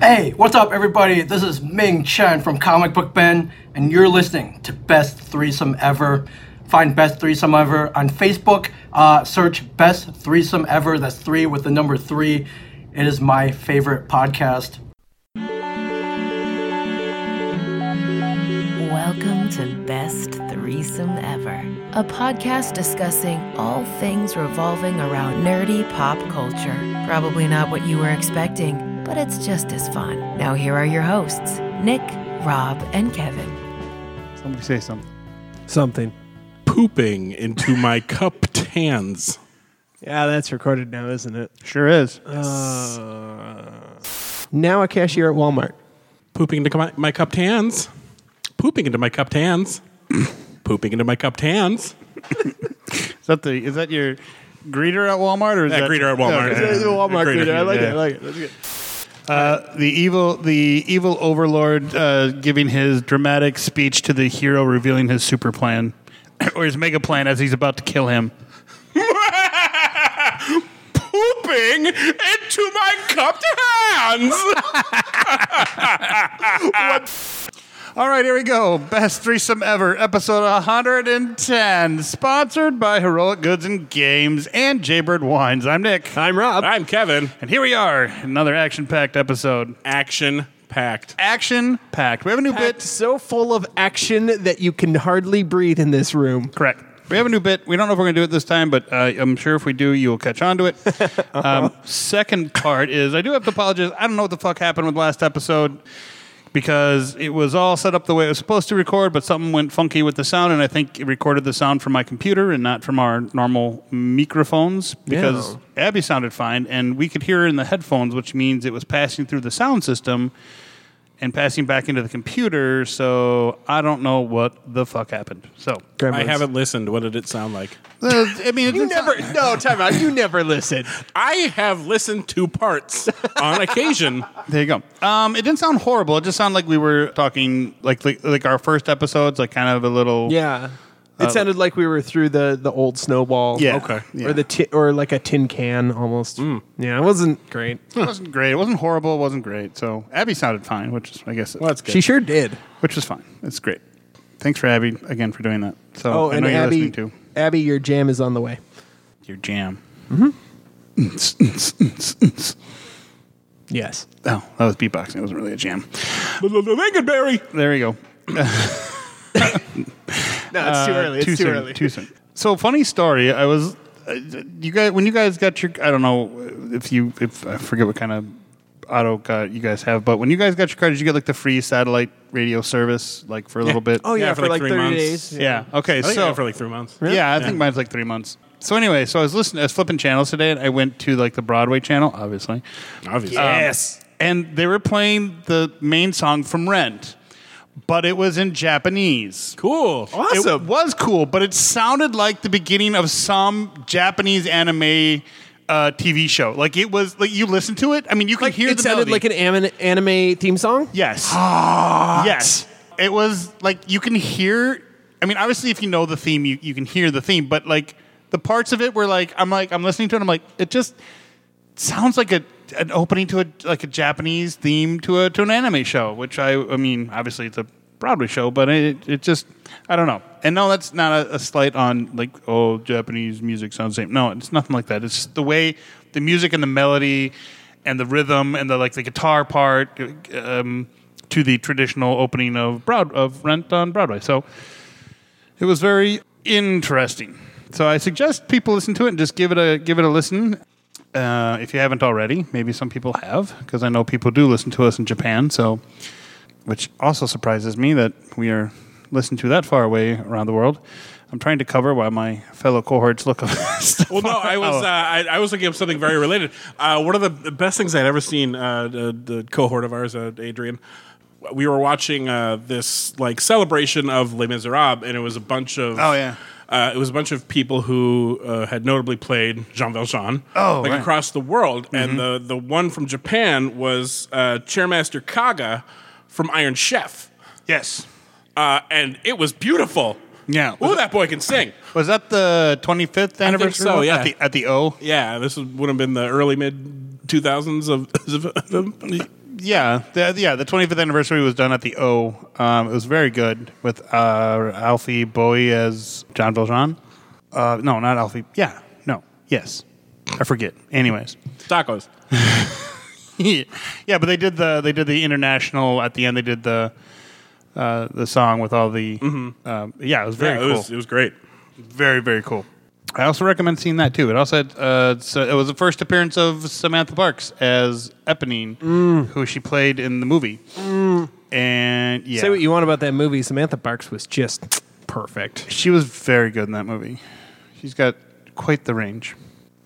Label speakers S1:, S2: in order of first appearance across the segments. S1: Hey, what's up, everybody? This is Ming Chen from Comic Book Ben, and you're listening to Best Threesome Ever. Find Best Threesome Ever on Facebook. Uh, search Best Threesome Ever. That's three with the number three. It is my favorite podcast.
S2: Welcome to Best Threesome Ever, a podcast discussing all things revolving around nerdy pop culture. Probably not what you were expecting, but it's just as fun. Now, here are your hosts Nick, Rob, and Kevin.
S3: Somebody say something.
S4: something.
S5: pooping into my cup tans.
S4: Yeah, that's recorded now, isn't it? Uh,
S3: Sure is.
S4: Now a cashier at Walmart.
S5: Pooping into my, my cup tans. Pooping into my cup tans. Pooping into my cup tans.
S3: Is that the? Is that your greeter at Walmart or is
S5: That
S3: that
S5: greeter at Walmart.
S3: Okay.
S5: The Walmart Great greeter. I like it, I
S3: Yeah.
S4: like it. That's good.
S3: Uh, the evil, the evil overlord uh, giving his dramatic speech to the hero, revealing his super plan or his mega plan as he's about to kill him.
S5: Pooping into my cup tans.
S3: All right, here we go. Best threesome ever, episode 110, sponsored by Heroic Goods and Games and Jaybird Wines. I'm Nick,
S4: I'm Rob.
S5: I'm Kevin.
S3: and here we are, another action-packed episode.
S5: Action packed.
S3: Action-packed. We have a new bit.
S4: It's so full of action that you can hardly breathe in this room.
S3: Correct. We have a new bit. We don't know if we're going to do it this time, but uh, I'm sure if we do, you'll catch on to it. um, second part is I do have to apologize. I don't know what the fuck happened with last episode because it was all set up the way it was supposed to record, but something went funky with the sound, and I think it recorded the sound from my computer and not from our normal microphones because Abby sounded fine, and we could hear her in the headphones, which means it was passing through the sound system. And passing back into the computer, so I don't know what the fuck happened. So
S5: I haven't listened. What did it sound like?
S3: uh, I mean, it's
S4: You
S3: it's
S4: never.
S3: not-
S4: No, time out. You never listen.
S5: I have listened to parts on occasion.
S3: there you go. Um, it didn't sound horrible. It just sounded like we were talking like like, like our first episodes, like kind of a little.
S4: Yeah. It sounded like we were through the the old snowball.
S3: Uh, Yeah.
S5: Okay.
S3: Yeah. Mm.
S4: Or the ti- or like a tin can almost. Yeah, it wasn't great.
S3: It wasn't great. It wasn't horrible. It wasn't great. So Abby sounded fine, which is, I guess,
S5: Well, that's good.
S4: She sure did.
S3: which is fine. It's great. Thanks for Abby again for doing that. So
S4: Oh,
S3: I
S4: and
S3: know you're
S4: Abby,
S3: listening to
S4: Abby, your jam is on the way.
S3: your jam. Mm-hmm.
S4: Yes.
S3: Oh, that was beatboxing. It wasn't really a jam.
S5: Lincolnberry.
S3: There we go.
S4: No, it's too
S3: Uh,
S4: early. It's too,
S3: soon,
S4: early.
S3: Too soon. So funny story. I was uh, you guys when you guys got your I don't know if you if I forget what kind of auto cut you guys have, but when you guys got your car, did you get like the free satellite radio service like for a little bit?
S4: Oh yeah, for, like,
S5: three
S4: thirty
S5: months.
S4: days. Oh,
S3: yeah. Okay.
S5: I think I
S3: so
S5: had for like three months.
S3: yeah, I think mine's like three months. So anyway, so I was listening, I was flipping channels today, and I went to like the Broadway channel, obviously.
S5: Obviously.
S3: Um, and they were playing the main song from Rent, but it was in Japanese.
S5: Cool.
S3: It
S4: Awesome.
S3: was cool, but it sounded like the beginning of some Japanese anime uh, TV show. Like it was like you listen to it. I mean, you could hear
S4: it
S3: the
S4: sounded
S3: melody.
S4: like an anime, anime theme song.
S3: yes, yes. It was like you can hear. I mean, obviously, if you know the theme, you, you can hear the theme. But like the parts of it were like I'm like I'm listening to it. I'm like it just sounds like a an opening to a like a Japanese theme to a to an anime show, which I I mean obviously it's a Broadway show, but it it just I don't know. And no, that's not a, a slight on like oh Japanese music sounds the same. No, it's nothing like that. It's just the way the music and the melody and the rhythm and the like the guitar part um, to the traditional opening of Broad of Rent on Broadway. So it was very interesting. So I suggest people listen to it and just give it a give it a listen. Uh, if you haven't already, maybe some people have, because I know people do listen to us in Japan. So, which also surprises me that we are listened to that far away around the world. I'm trying to cover while my fellow cohorts look up. stuff.
S5: Well, no, I was
S3: Oh.
S5: uh, I, I was looking up something very related. Uh, one of the the best things I'd ever seen. Uh, the, the cohort of ours, uh, Adrian, we were watching uh, this like celebration of Les Miserables, and it was a bunch of
S3: Oh, yeah.
S5: Uh, it was a bunch of people who uh, had notably played Jean Valjean,
S3: Oh,
S5: like
S3: right. Mm-hmm.
S5: across the world, and the the one from Japan was uh, Chairmaster Kaga from Iron Chef,
S3: yes.
S5: uh, and it was beautiful.
S3: Yeah.
S5: oh, that boy can sing.
S3: Was that the 25th anniversary?
S5: so,
S3: one?
S5: yeah.
S3: At the, at the O.
S5: Yeah, this would would have been the early mid 2000s of, of, of
S3: yeah, the, yeah. The 25th anniversary was done at the O. Um, it was very good with uh, Alfie Bowie as John Valjean. Uh, no, not Alfie. Yeah, no, yes, I forget. Anyways,
S5: Tacos.
S3: yeah, but they did the they did the international at the end. They did the uh, the song with all the um, yeah. It was very
S5: Mm-hmm. yeah, it
S3: cool.
S5: was it was great.
S3: very very cool. I also recommend seeing that too. It also had, uh, so it was the first appearance of Samantha Barks as Eponine,
S5: Mm.
S3: who she played in the movie. And yeah,
S4: Say what you want about that movie. Samantha Barks was just perfect.
S3: she was very good in that movie. She's got quite the range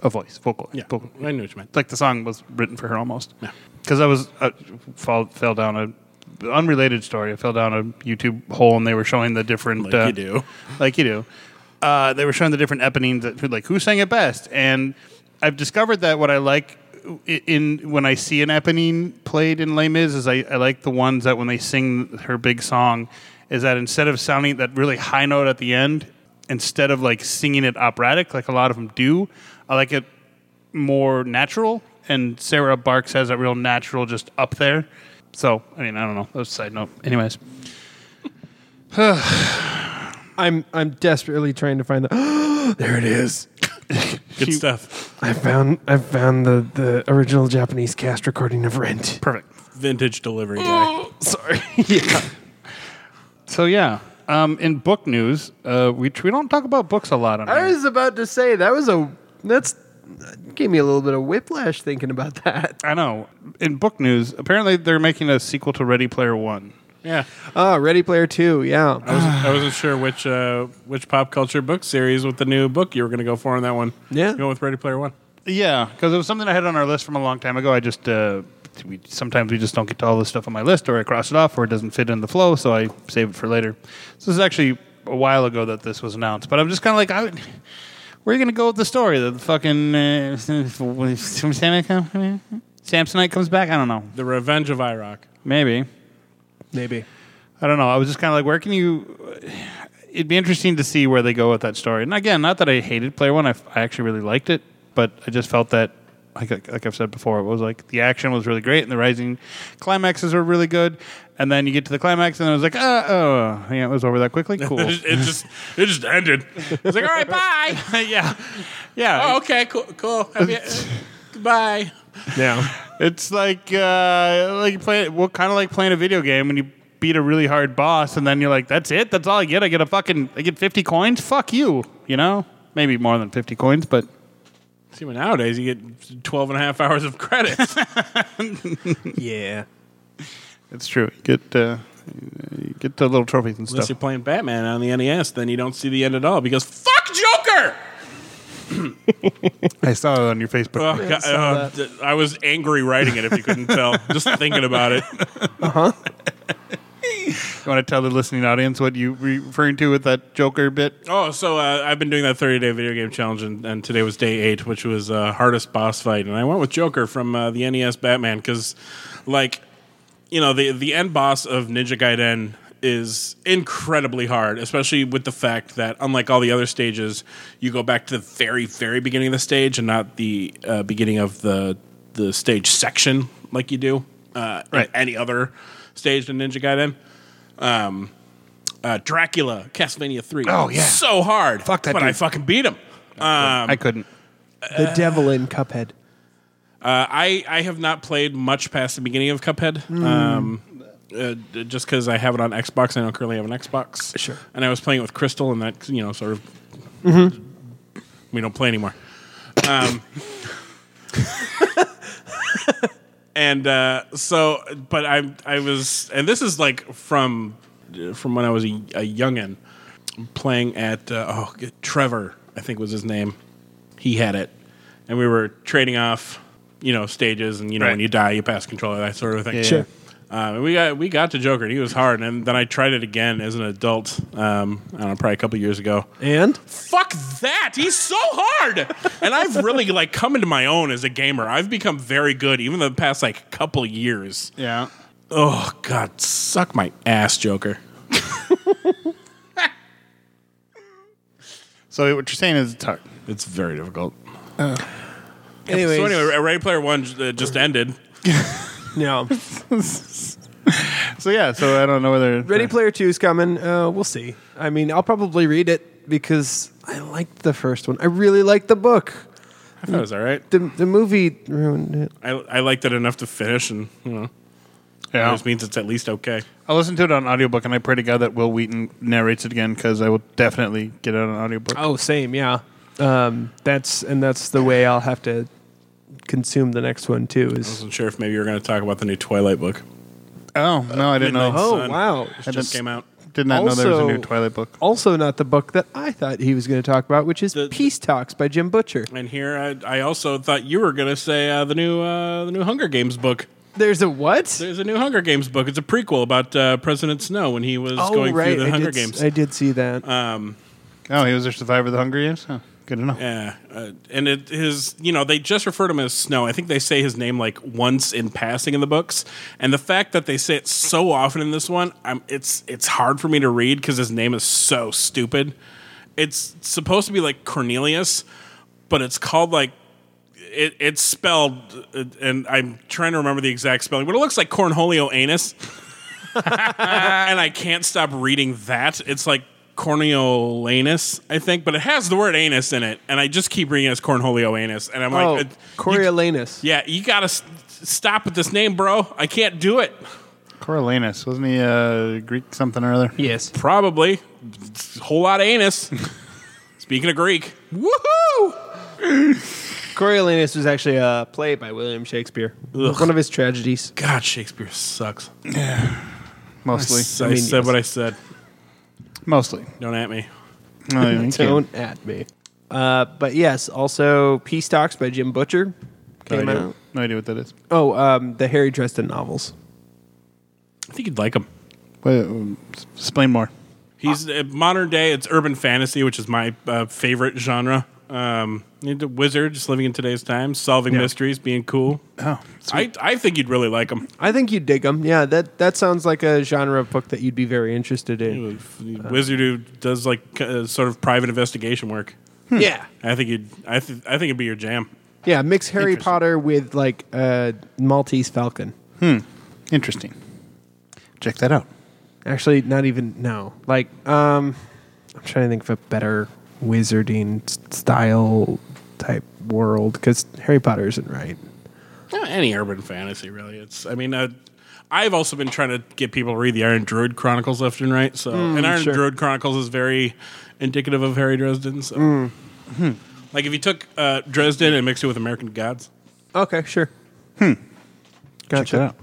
S3: of voice, vocal,
S5: Yeah,
S3: vocal.
S5: I knew what you meant.
S3: Like the song was written for her almost.
S5: Yeah.
S3: Because I was I fall, fell down a unrelated story. I fell down a YouTube hole and they were showing the different
S5: Like you do.
S3: like you do. Uh, they were showing the different eponines that who- like who sang it best, and I've discovered that what I like i- in when I see an eponine played in Les Mis is I, I like the ones that when they sing her big song, is that instead of sounding that really high note at the end, instead of like singing it operatic like a lot of them do, I like it more natural. And Sarah Barks has that real natural just up there. So I mean I don't know. That was a side note. Anyways,
S4: I'm I'm desperately trying to find the. there it is.
S5: Good stuff.
S4: I found I found the the original Japanese cast recording of Rent.
S3: perfect.
S5: Vintage delivery guy.
S4: Sorry. yeah.
S3: So yeah, um, in book news, uh, we we don't talk about books a lot on
S4: I
S3: here.
S4: was about to say that was a that's that gave me a little bit of whiplash thinking about that.
S3: I know. In book news, apparently they're making a sequel to Ready Player One.
S5: Yeah,
S4: Oh, Ready Player Two. Yeah.
S5: I wasn't, I wasn't sure which uh, which pop culture book series with the new book you were going to go for on that one.
S4: Yeah.
S5: going with Ready Player One.
S3: Yeah, because it was something I had on our list from a long time ago. I just uh, we, sometimes we just don't get to all this stuff on my list, or I cross it off, or it doesn't fit in the flow, so I save it for later. So this is actually a while ago that this was announced, but I'm just kind of like, I, would- where are you going to go with the story? That the fucking uh, Samsonite comes back? I don't know.
S5: The Revenge of IROC.
S3: Maybe.
S4: Maybe.
S3: I don't know. I was just kind of like, where can you? It'd be interesting to see where they go with that story. And again, not that I hated Player One. I, f- I actually really liked it, but I just felt that, like like I've said before, it was like the action was really great and the rising climaxes were really good. And then you get to the climax, and I was like, oh, oh, yeah, it was over that quickly. Cool.
S5: It, it just it just ended. It's like all right, bye.
S3: yeah, yeah.
S5: Oh, okay, cool, cool. Have you- uh, Goodbye.
S4: Yeah.
S3: It's like uh, like play well, kind of like playing a video game when you beat a really hard boss, and then you're like, "That's it. That's all I get. I get a fucking I get fifty coins. Fuck you. You know, maybe more than fifty coins, but
S5: See, well, nowadays you get 12 and a half hours of credits.
S4: Yeah.
S3: it's true. You get uh, you get the little trophies and
S5: Unless
S3: stuff.
S5: you're playing Batman on the NES, then you don't see the end at all because fuck Joker.
S3: I saw it on your Facebook.
S5: Oh, God, uh, d- I was angry writing it. If you couldn't tell, just thinking about it.
S3: you want to tell the listening audience what you were referring to with that Joker bit?
S5: Oh, so uh, I've been doing that 30 day video game challenge, and, and today was day eight, which was uh, hardest boss fight. And I went with Joker from uh, the NES Batman because, like, you know, the, the end boss of Ninja Gaiden is incredibly hard, especially with the fact that, unlike all the other stages, you go back to the very, very beginning of the stage and not the uh, beginning of the, the stage section like you do uh, in
S3: Right.
S5: any other stage in Ninja Gaiden. Um, uh, Dracula, Castlevania 3.
S3: Oh, yeah.
S5: So hard.
S3: Fuck that
S5: But I
S3: dude.
S5: fucking beat him.
S3: I couldn't.
S4: The devil in Cuphead.
S5: Uh, I, I have not played much past the beginning of Cuphead.
S3: Hmm.
S5: Um, uh, d- just because I have it on Xbox. I don't currently have an Xbox.
S4: Sure.
S5: And I was playing it with Crystal, and that, you know, sort of. We don't play anymore. Um, and uh, so, but I, I was, and this is like from, from when I was a, a youngin, playing at uh, oh Trevor, I think was his name. He had it, and we were trading off, you know, stages, and you know, when
S3: Right.
S5: you die, you pass controller, that sort of thing.
S4: Sure.
S5: Um, and we got we got to Joker, and he was hard. And then I tried it again as an adult. Um, I don't know, probably a couple years ago.
S4: And
S5: Fuck that! He's so hard. and I've really like come into my own as a gamer. I've become very good, even the past like couple years.
S3: Yeah.
S5: Oh God, suck my ass, Joker.
S3: So what you're saying is it's hard.
S5: It's very difficult.
S4: anyways,
S5: So anyway, Ready Player One uh, just ended.
S4: Yeah.
S3: So yeah, so I don't know whether
S4: Ready Player Two is coming. Uh, we'll see. I mean, I'll probably read it because I liked the first one. I really liked the book.
S5: I thought it was all right.
S4: The the movie ruined it.
S5: I, I liked it enough to finish, and you know, it
S3: Yeah.
S5: just means it's at least okay.
S3: I listened to it on audiobook, and I pray to God that Will Wheaton narrates it again because I will definitely get it on audiobook.
S4: Oh, same, yeah. Um, that's and that's the way I'll have to consume the next one too. Is
S5: wasn't sure if maybe you were going to talk about the new Twilight book.
S3: Oh no, I didn't
S5: Midnight
S3: know.
S4: Oh,
S5: Sun.
S4: wow.
S5: It
S3: I
S5: just
S3: just-
S5: came out.
S3: Did not know there was a new
S4: Oh. Also-
S3: Twilight book.
S4: also not the book that I thought he was going to talk about, which is
S5: The-
S4: Peace Talks by Jim Butcher.
S5: And here I, I also thought you were going to say uh, the new uh, the new Hunger Games book.
S4: There's a what?
S5: There's a new Hunger Games book. It's a prequel about uh, President Snow when he was going through the
S4: I
S5: Hunger
S4: Oh, did, s-
S5: Games. Uh, Um,
S4: I did see that.
S3: Oh, he was a survivor of the Hunger Games. Huh. Good enough.
S5: Yeah, uh, and it his you know they just refer to him as Snow. I think they say his name like once in passing in the books, and the fact that they say it so often in this one, I'm, it's it's hard for me to read because his name is so stupid. It's supposed to be like Cornelius, but it's called like it, it's spelled, uh, and I'm trying to remember the exact spelling, but it looks like Cornholio anus. and I can't stop reading that. It's like Corniolanus, I think, but it has the word anus in it, and I just keep reading it as Cornholio anus, and I'm
S4: oh,
S5: like, uh,
S4: Coriolanus.
S5: yeah, you gotta s- stop with this name, bro. I can't do it.
S3: Coriolanus wasn't he uh, Greek something or other?
S4: Yes.
S5: Probably. It's a Whole lot of anus. Speaking of Greek, woohoo!
S4: Coriolanus was actually a play by William Shakespeare.
S5: Ugh.
S4: One of his tragedies.
S5: God, Shakespeare sucks.
S3: Mostly,
S5: I,
S4: mean,
S5: said
S4: yes.
S5: what I said.
S3: mostly.
S5: Don't at me.
S3: No, thank you.
S4: Don't at me. Uh, but yes, also Peace Talks by Jim Butcher
S3: No
S4: came
S3: idea.
S4: out.
S3: no idea what that is.
S4: Oh, um, the Harry Dresden novels.
S5: I think you'd like him.
S3: Wait, um, s- explain more.
S5: He's uh, modern day. It's urban fantasy, which is my uh, favorite genre. Um, he's a wizard, just living in today's time, solving mysteries, being cool.
S3: Oh,
S5: I, I think you'd really like him.
S4: I think you'd dig them. Yeah, that that sounds like a genre of book that you'd be very interested in.
S5: wizard who does like uh, sort of private investigation work.
S4: yeah,
S5: I think you'd. I, th- I think it'd be your jam.
S4: yeah. Mix Harry Potter with like uh, Maltese Falcon.
S3: interesting. Check that out.
S4: Actually, not even no. Like, um, I'm trying to think of a better wizarding s- style type world because Harry Potter isn't right.
S5: Yeah, any urban fantasy, really. It's. I mean, uh, I've also been trying to get people to read the Iron Druid Chronicles left and right. So, and Iron
S4: Mm, sure.
S5: Druid Chronicles is very indicative of Harry Dresden. So,
S4: Mm.
S5: Hmm. like if you took uh, Dresden and mixed it with American Gods,
S4: Okay, sure. Hmm.
S3: Check that
S4: Gotcha.
S3: out.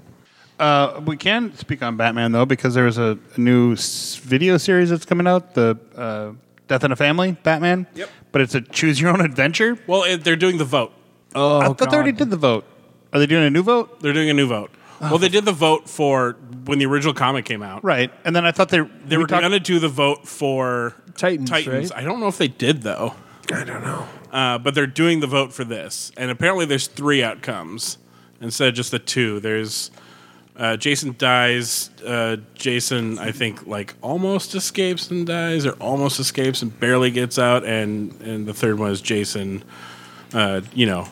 S3: Uh, we can speak on Batman though, because there was a, a new s- video series that's coming out, the uh, Death in a Family Batman.
S5: Yep.
S3: But it's a choose your own adventure.
S5: well, it, they're doing the vote.
S4: Oh,
S3: I thought they already did the vote. Are they doing a new vote?
S5: They're doing a new vote.
S4: Oh.
S5: Well, they did the vote for when the original comic came out.
S3: Right. And then I thought they
S5: They were going to do the vote for
S4: Titans,
S5: Titans.
S4: right?
S5: I don't know if they did though.
S4: I don't know.
S5: uh, but they're doing the vote for this. And apparently, there's three outcomes instead of just the two. There's uh, Jason dies. Uh, Jason, I think, like almost escapes and dies, or almost escapes and barely gets out. And and the third one is Jason. Uh, you know,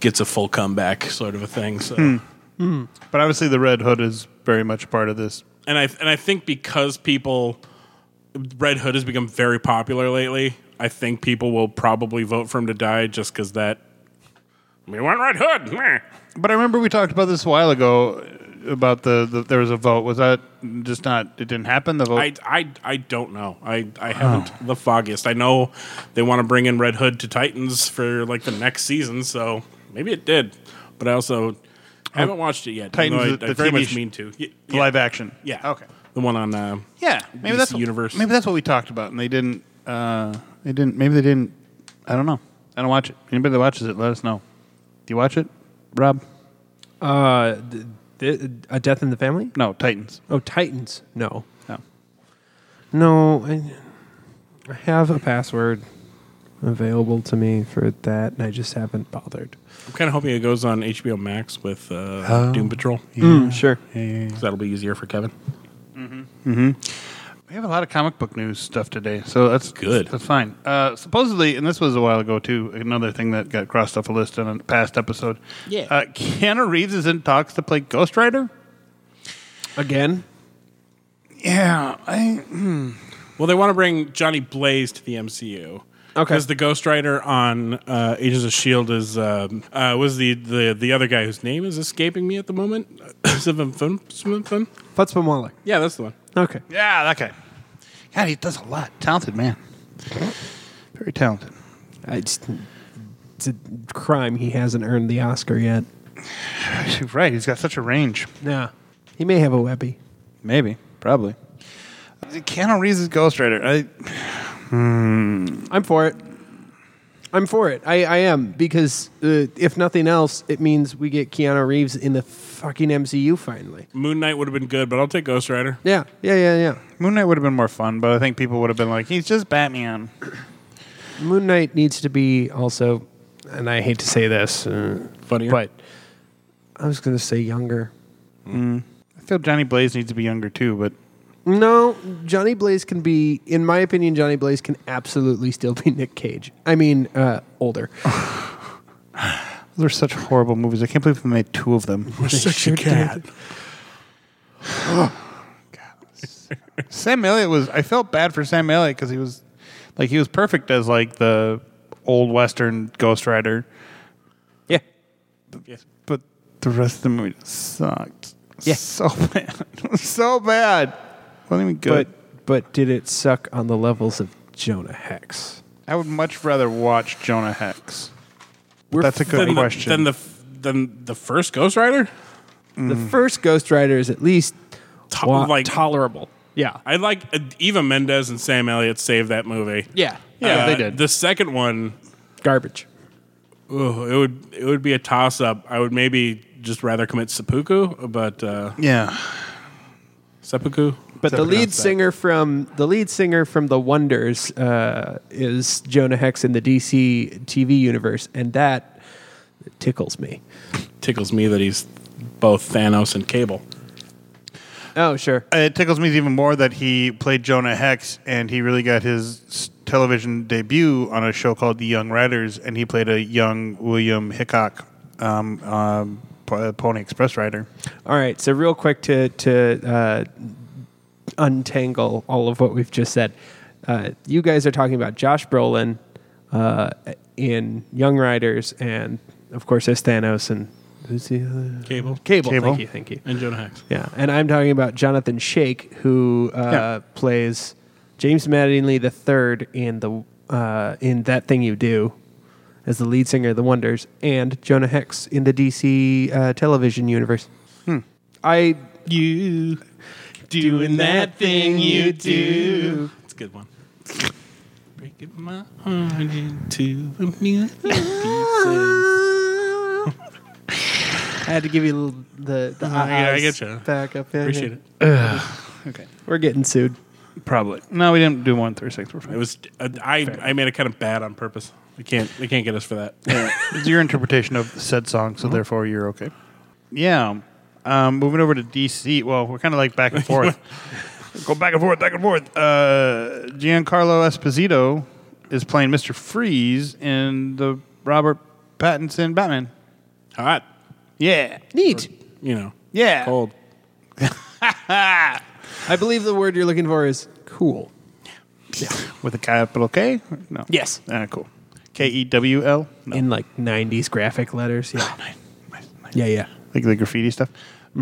S5: gets a full comeback, sort of a thing. So.
S3: But obviously, the Red Hood is very much part of this.
S5: and I and I think because people Red Hood has become very popular lately, I think people will probably vote for him to die just because that we want Red Hood. meh.
S3: But I remember we talked about this a while ago uh, about the, the there was a vote. Was that just not? It didn't happen. The vote.
S5: I, I, I don't know. I, I haven't the foggiest. I know they want to bring in Red Hood to Titans for like the next season, so maybe it did. But I also haven't watched it yet.
S3: Oh, Titans,
S5: although I,
S3: the-
S5: I
S3: the
S5: very
S3: TV
S5: much
S3: sh-
S5: mean to. Y-
S3: The live action.
S5: Yeah.
S3: Okay.
S5: The one on uh,
S3: Yeah. Maybe
S5: DC
S3: that's what-
S5: universe.
S3: Maybe that's what we talked about, and they didn't. Uh, they didn't. Maybe they didn't. I don't know. I don't watch it. Anybody that watches it, let us know. Do you watch it, Rob?
S4: Uh, th- th- a Death in the Family?
S3: No, Titans.
S4: Oh, Titans. No,
S3: No.
S4: no. I, I have a password available to me for that, and I just haven't bothered.
S5: I'm kind of hoping it goes on HBO Max with uh,
S3: Oh, Hmm,
S5: Doom Patrol.
S4: sure.
S5: That'll be easier for Kevin.
S3: have a lot of comic book news stuff today, so that's
S5: Good.
S3: That's fine. Uh, supposedly, and this was a while ago too. Another thing that got crossed off a list in a past episode.
S5: Yeah.
S3: uh, Keanu Reeves is in talks to play Ghost Rider.
S4: Again?
S3: Yeah, I,
S5: Well, they want to bring Johnny Blaze to the MCU.
S4: Okay.
S5: Because the Ghost Rider on uh, Agents of Shield is um, uh, was the, the the other guy whose name is escaping me at the moment. Sivin Fun- Sivin Fun?
S4: Futzman Wallach.
S5: yeah, that's the one.
S4: Okay.
S3: yeah, that guy. God, he does a lot. Talented man. Very talented.
S4: I just, it's a crime he hasn't earned the Oscar yet.
S3: Right, he's got such a range.
S4: Yeah. He may have a Webby.
S3: Maybe, probably. Keanu Reeves is Ghost Rider. I,
S4: I'm for it. I'm for it. I, I am because uh, if nothing else, it means we get Keanu Reeves in the fucking MCU finally.
S5: Moon Knight would have been good, but I'll take Ghost Rider.
S4: Yeah, yeah, yeah,
S3: Moon Knight would have been more fun, but I think people would have been like, he's just Batman.
S4: yeah. Moon Knight needs to be also, and I hate to say this, uh,
S5: Funnier.
S4: but I was gonna say younger.
S3: I feel Johnny Blaze needs to be younger too, but
S4: No, Johnny Blaze can be, in my opinion, Johnny Blaze can absolutely still be Nick Cage. I mean, uh, older.
S3: those are such horrible movies. I can't believe they made two of them.
S4: Such a cat.
S3: Sam Elliott was. I felt bad for Sam Elliott because he was, like, he was perfect as like the old western Ghost Rider,
S4: Yeah.
S3: but the rest of the movie sucked.
S4: Yeah.
S3: so bad, so bad. Wasn't even good.
S4: But but did it suck on the levels of Jonah Hex?
S3: I would much rather watch Jonah Hex.
S4: We're
S3: That's a good
S5: Then the,
S3: question.
S5: then the f- then the first Ghost Rider.
S4: The first Ghost Rider is at least
S5: To-
S4: wa-
S5: like-
S4: tolerable. Yeah.
S5: I like uh, Eva Mendes and Sam Elliott saved that movie.
S4: Yeah.
S3: Yeah,
S5: Uh,
S3: they did.
S5: The second one,
S4: Garbage.
S5: ugh, it would it would be a toss up. I would maybe just rather commit seppuku, but uh,
S3: yeah,
S5: seppuku.
S4: But the lead
S3: pronounced that?
S4: singer from the lead singer from The Wonders uh, is Jonah Hex in the DC TV universe, and that tickles me.
S5: tickles me that he's both Thanos and Cable.
S4: Oh sure.
S3: it tickles me even more that he played Jonah Hex and he really got his s- television debut on a show called The Young Riders and he played a young William Hickok um, um, P- Pony Express rider.
S4: All right. So real quick to to uh, untangle all of what we've just said. Uh, you guys are talking about Josh Brolin uh, in Young Riders, and of course as Thanos and who's the other?
S5: Cable.
S4: Cable.
S3: Cable.
S4: Thank you. Thank you.
S5: And Jonah Hex.
S4: Yeah, and I'm talking about Jonathan Shake, who uh,
S3: Yeah.
S4: plays James Mattingly the third in the uh, in that thing you do as the lead singer of the Wonders, and Jonah Hex in the DC uh, television universe. I Hmm. you doing that thing you do.
S5: It's a good one. Breaking my heart into a million pieces.
S4: I had to give you a little, the the
S5: I- I
S4: eyes
S5: get you.
S4: back up in
S5: Appreciate it.
S4: We're getting sued.
S3: Probably. No, we didn't do one through six. We're
S5: It
S3: fine.
S5: was uh, I. I made it kind of bad on purpose. They can't. They can't get us for that.
S3: It was your interpretation of said song, so therefore you're okay. Yeah. Um, moving over to DC. Well, we're kind of like back and forth. Go back and forth, back and forth. Uh, Giancarlo Esposito is playing Mr. Freeze in the Robert Pattinson Batman.
S5: Hot.
S3: Yeah.
S4: Neat.
S5: You know.
S3: Yeah.
S5: Cold.
S4: I believe the word you're looking for is cool.
S3: With a capital K? No.
S4: Yes.
S3: Ah, cool. K E W L? No.
S4: in like 90s graphic letters. Yeah. yeah, yeah.
S3: Like the graffiti stuff.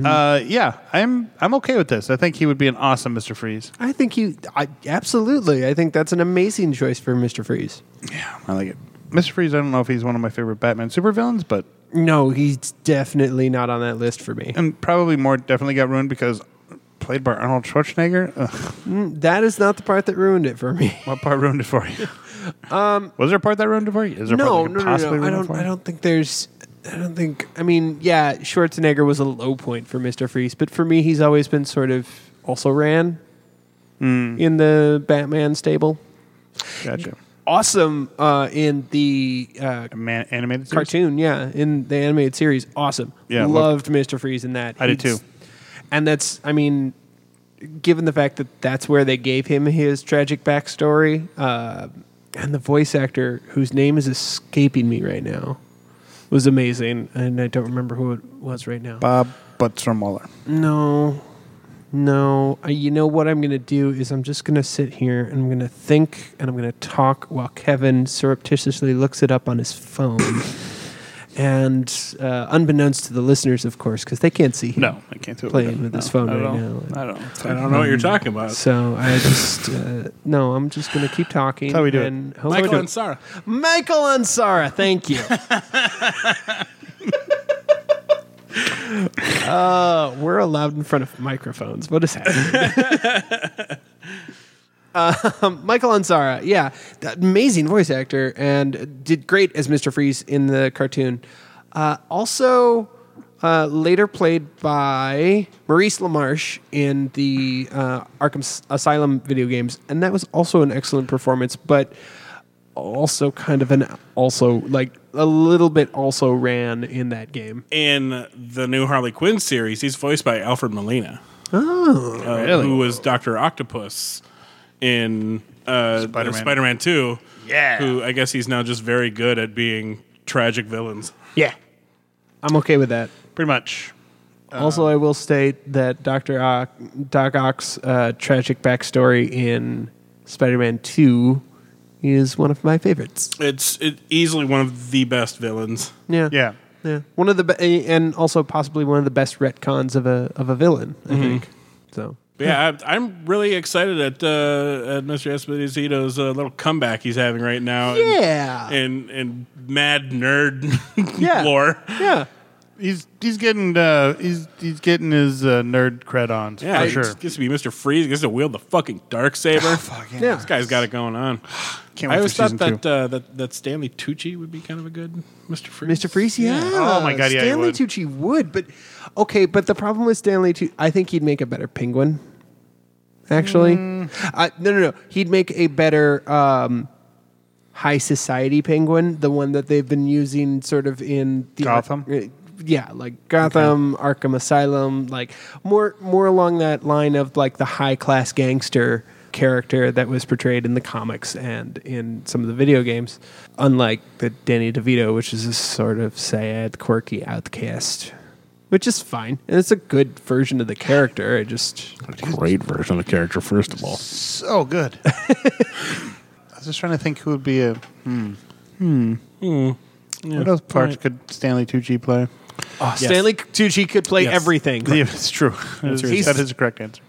S3: Uh, yeah, I'm I'm okay with this. I think he would be an awesome Mr. Freeze.
S4: I think you I, absolutely. I think that's an amazing choice for Mr. Freeze.
S3: Yeah, I like it. Mr. Freeze, I don't know if he's one of my favorite Batman supervillains, but
S4: No, he's definitely not on that list for me.
S3: and probably more definitely got ruined because played by Arnold Schwarzenegger. Ugh,
S4: That is not the part that ruined it for me.
S3: what part ruined it for you? Um, was there a part that ruined it for you? Is there a
S4: No,
S3: part that
S4: no,
S3: could
S4: no,
S3: possibly
S4: no. I
S3: ruin it
S4: don't.
S3: for
S4: I
S3: you?
S4: don't think there's. I don't think. I mean, yeah, Schwarzenegger was a low point for Mr. Freeze, but for me, he's always been sort of also ran
S3: Hmm.
S4: in the Batman stable.
S3: Gotcha.
S4: Awesome uh, in the uh,
S3: A man animated series?
S4: cartoon, yeah, in the animated series. Awesome.
S3: Yeah,
S4: loved Mr. Freeze in that.
S3: I did
S4: He's-
S3: too.
S4: And that's, I mean, given the fact that that's where they gave him his tragic backstory, uh, and the voice actor whose name is escaping me right now was amazing, and I don't remember who it was right now.
S3: Bob Buttermuller.
S4: No, no. I, you know what I'm going to do is I'm just going to sit here and I'm going to think and I'm going to talk while Kevin surreptitiously looks it up on his phone. and uh, unbeknownst to the listeners, of course, because they can't see him
S3: No, I can't do it.
S4: playing with his phone
S3: I
S4: right
S3: don't
S4: now.
S3: know. I don't know.
S5: I don't know what you're talking about.
S4: So I just uh, no, I'm just going to keep talking.
S3: That's how we do it.
S4: and hope-
S5: Michael and Sarah.
S4: Michael Ansara, thank you. uh, we're allowed in front of microphones. What is happening? um, Michael Ansara, yeah, that amazing voice actor, and did great as Mr. Freeze in the cartoon. Uh, also, uh, later played by Maurice LaMarche in the uh, Arkham S- Asylum video games, and that was also an excellent performance, but also kind of an also like a little bit also ran in that game.
S5: In the new Harley Quinn series, he's voiced by Alfred Molina,
S4: Oh,
S5: uh, who was Doctor Octopus in uh,
S3: Spider-Man.
S5: Spider-Man. Spider-Man Two.
S3: Yeah.
S5: Who I guess he's now just very good at being tragic villains.
S4: yeah, I'm okay with that.
S3: Pretty much.
S4: also, I will state that Doctor Ock, Doc Ock's uh, tragic backstory in Spider-Man Two is one of my favorites.
S5: It's it, easily one of the best villains.
S4: Yeah,
S3: Yeah.
S4: yeah. One of the be- and also possibly one of the best retcons of a of a villain. I think so.
S5: But yeah,
S3: Hmm.
S5: I, I'm really excited at uh, at Mr. Esposito's uh, little comeback he's having right now. and-
S4: Yeah.
S5: And and mad nerd
S4: Yeah.
S5: lore.
S4: Yeah.
S3: He's he's getting uh, he's he's getting his uh, nerd cred on
S5: Yeah,
S3: for
S5: he
S3: sure. Ah,
S5: just gets to be Mr. Freeze. Gets to wield the fucking dark saber.
S4: Yeah.
S5: This guy's got it going on.
S3: Can't wait
S5: I always
S3: for
S5: thought
S3: season
S5: that, uh, that that Stanley Tucci would be kind of a good Mr. Freeze.
S4: Mr. Freeze, yeah.
S3: Oh my God, yeah, he
S4: Stanley
S3: would.
S4: Tucci would, but okay, but the problem with Stanley Tucci, I think he'd make a better penguin. Actually,
S3: Mm.
S4: uh, no, no, no, he'd make a better um, high society penguin, the one that they've been using sort of in the
S3: Gotham?
S4: uh, yeah, like Gotham, Arkham Asylum, like more more along that line of like the high class gangster character that was portrayed in the comics and in some of the video games. Unlike the Danny DeVito, which is a sort of sad, quirky outcast. Which is fine. And it's a good version of the character. I just
S6: Great version of the character, first of all.
S3: So Oh, good. I was just trying to think who would be a hmm. Hmm. what else parts could Stanley Tucci play?
S4: Stanley Tucci could play
S5: Yes.
S4: everything.
S3: Yeah, it's true. That's
S4: He's-
S3: that is the correct answer.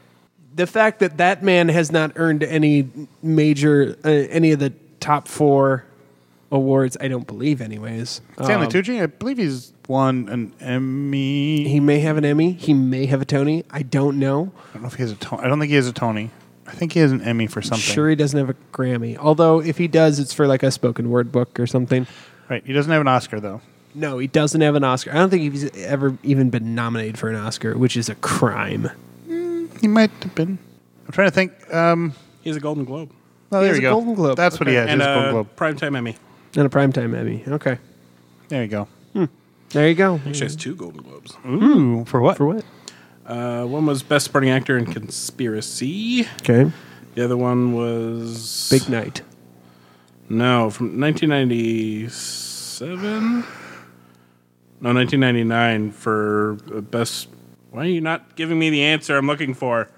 S4: the fact that that man has not earned any major uh, any of the top four awards i don't believe anyways
S3: Stanley
S4: Um,
S3: Tucci, I believe he's won an Emmy.
S4: he may have an emmy he may have a tony i don't know
S3: I don't know if he has a Tony. I don't think he has a Tony. I think he has an Emmy for something.
S4: sure he doesn't have a grammy although if he does it's for like a spoken word book or something
S3: Right. He doesn't have an Oscar though.
S4: no he doesn't have an oscar i don't think he's ever even been nominated for an oscar which is a crime
S3: He might have been. I'm trying to think. Um,
S5: He's a Golden Globe
S3: oh,
S4: He
S3: there
S4: has
S3: you
S4: a
S3: go.
S4: Golden Globe.
S3: That's what he has.
S5: and
S3: he has a
S5: a
S3: Golden Globe.
S5: primetime Emmy.
S4: and a primetime emmy okay
S3: There you go.
S4: there you go
S5: Actually, has two Golden Globes.
S3: Ooh, for what?
S4: for what
S5: Uh, one was Best Supporting Actor in Conspiracy.
S4: okay
S5: The other one was
S4: big night
S5: No, from 1997. No, 1999 for uh, best. Why are you not giving me the answer I'm looking for?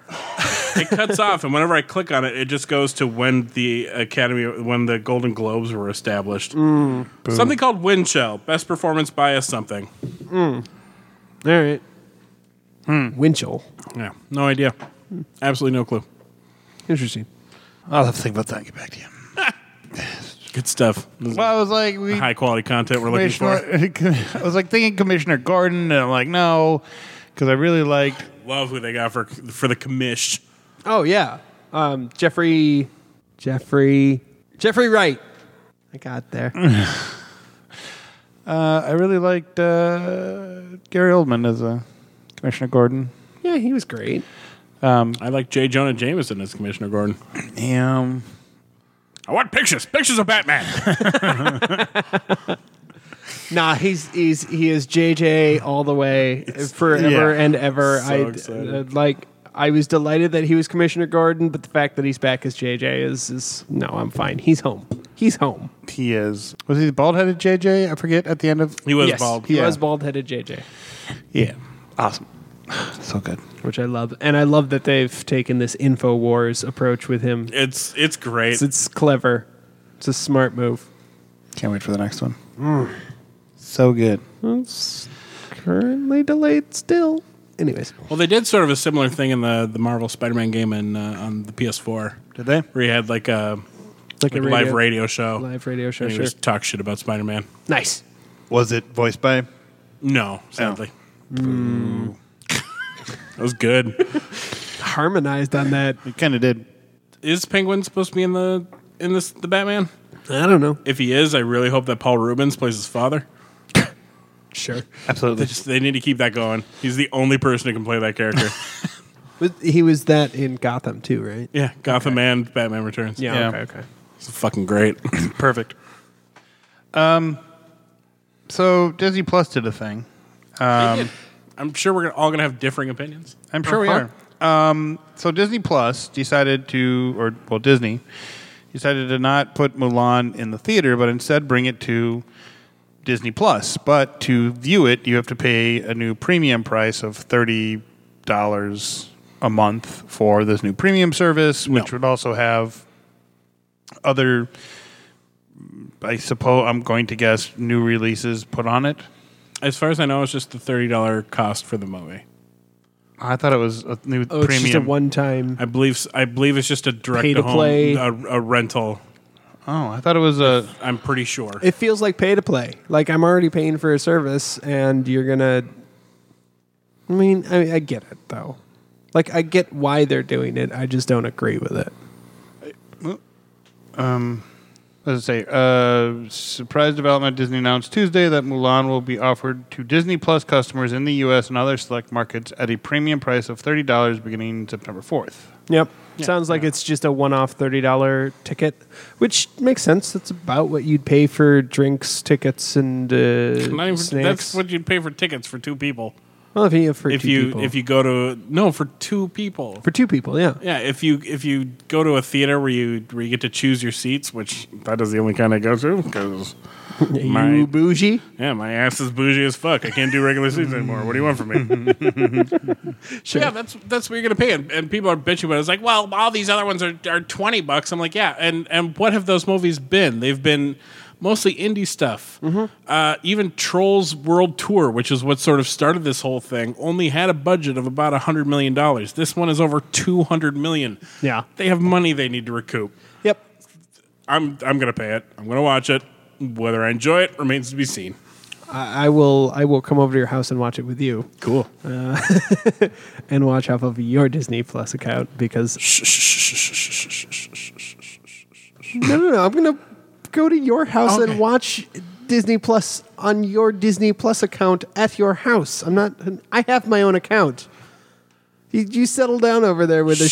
S5: it cuts off, and whenever I click on it, it just goes to when the Academy, when the Golden Globes were established. something called Windshell, best performance by a something.
S4: all right winchell
S5: Yeah, no idea. Absolutely no clue.
S4: interesting
S3: I'll have to think about that and get back to you.
S5: Good stuff. This is
S3: Well, I was like, we
S5: high quality content we're looking for.
S3: Commissioner- I was like thinking Commissioner Gordon, and I'm like, no, because I really liked.
S5: Love who they got for for the commish.
S4: Oh yeah, um, Jeffrey, Jeffrey, Jeffrey Wright. I got there.
S3: Uh, I really liked uh, Gary Oldman as a Commissioner Gordon.
S4: yeah, he was great.
S5: I like J. Jonah Jameson as Commissioner Gordon.
S3: Um,
S5: I want pictures, pictures of Batman.
S4: Nah, he's he's he is JJ all the way forever
S3: yeah.
S4: and ever.
S5: So
S4: I
S5: excited.
S4: uh, like. I was delighted that he was Commissioner Gordon, but the fact that he's back as JJ is, is no, I'm fine. He's home. He's home.
S3: He is. Was he the bald headed JJ? I forget at the end of.
S5: He was
S4: yes,
S5: bald.
S4: He
S3: Yeah.
S4: was bald headed JJ,
S3: Yeah. Awesome. so good.
S4: which I love. And I love that they've taken this InfoWars approach with him.
S5: It's it's great.
S4: It's, it's clever, it's a smart move.
S3: Can't wait for the next one. Mm. So good.
S4: It's currently delayed still. Anyways,
S5: Well, they did sort of a similar thing in the the Marvel Spider-Man game in, uh, on the PS4,
S3: Did they?
S5: where you had like a
S4: like,
S5: like a live radio show,
S4: live radio show.
S5: and you
S4: Sure.
S5: just talk shit about Spider-Man.
S4: Nice.
S3: Was it voiced by?
S5: No, sadly, Mm. that was good.
S4: Harmonized on that.
S3: It kind of did.
S5: Is Penguin supposed to be in the in this the Batman?
S4: I don't know.
S5: If he is, I really hope that Paul Rubens plays his father.
S4: Sure.
S5: They
S3: Absolutely.
S5: just they need to keep that going. He's the only person who can play that character.
S4: But He was that in Gotham too, right?
S5: yeah, Gotham and Batman Returns.
S3: Yeah.
S4: Okay. Okay.
S5: it's fucking great.
S3: Perfect. Um, so Disney Plus did a thing.
S5: I'm sure we're all gonna have differing opinions.
S3: I'm sure
S4: Uh-huh.
S3: we are. Um, so Disney Plus decided to, or well, Disney decided to not put Mulan in the theater, but instead bring it to Disney Plus. But to view it, you have to pay a new premium price of thirty dollars a month for this new premium service, which would also have other. I suppose I'm going to guess new releases put on it.
S5: As far as I know, it's just the thirty dollar cost for the movie.
S3: I thought it was a new
S4: Oh,
S3: premium.
S4: it's just a one-time.
S5: I believe I believe it's just a direct
S4: Pay to
S5: to home,
S4: play.
S5: A, a rental.
S3: oh, I thought it was a
S5: I'm pretty sure.
S4: It feels like pay to play. Like I'm already paying for a service, and you're gonna. I mean, I, I get it though. Like I get why they're doing it. I just don't agree with it.
S3: Let's say, uh, surprise development. Disney announced Tuesday that Mulan will be offered to Disney Plus customers in the U.S. and other select markets at a premium price of thirty dollars beginning September fourth.
S4: Yep. Sounds like it's just a one-off thirty-dollar ticket, which makes sense. That's about what you'd pay for drinks, tickets, and uh,
S5: Not even-
S4: snacks.
S5: that's what you'd pay for tickets for two people.
S4: well, if you for
S5: if
S4: two
S5: you
S4: people.
S5: if you go to no for two people.
S4: for two people, yeah.
S5: yeah, if you if you go to a theater where you where you get to choose your seats, which that is the only kind I go to because
S4: You
S5: my
S4: bougie.
S5: yeah my ass is bougie as fuck. I can't do regular seats anymore. What do you want from me? Yeah, that's that's what you're gonna pay, and, and people are bitching about. it. It's like, well, all these other ones are, are twenty bucks. I'm like, yeah, and and what have those movies been? They've been mostly indie stuff. Uh, even Trolls World Tour, which is what sort of started this whole thing, only had a budget of about hundred million dollars. This one is over two hundred million.
S4: Yeah.
S5: they have money they need to recoup.
S4: Yep.
S5: I'm I'm gonna pay it. I'm gonna watch it. Whether I enjoy it remains to be seen.
S4: I, I will. I will come over to your house and watch it with you, Uh,
S5: Cool.
S4: and watch off of your Disney Plus account because. no, no, no! I'm gonna go to your house
S5: Okay.
S4: and watch Disney Plus on your Disney Plus account at your house. I'm not. I have my own account. You, you settle down over there with a.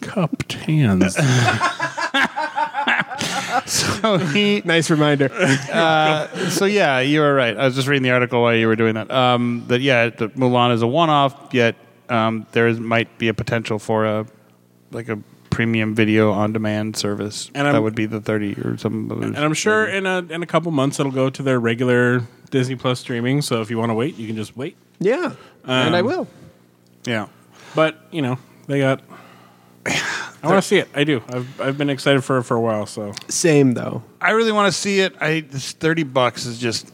S5: Cupped hands.
S3: So he,
S4: nice reminder.
S3: so yeah, you were right. I was just reading the article while you were doing that. Um, that yeah, the Mulan is a one-off, yet um, there is, might be a potential for a like a premium video on-demand service.
S5: And
S3: that
S5: I'm-
S3: would be the thirty or some. And
S5: And I'm sure in a in a couple months it'll go to their regular Disney Plus streaming. So if you want to wait, you can just wait.
S4: yeah, and I
S5: Um,
S4: will.
S3: yeah.
S5: But you know they got. I want to see it. I do. I've I've been excited for it for a while. So
S4: Same though.
S3: I really want to see it. I this thirty bucks is just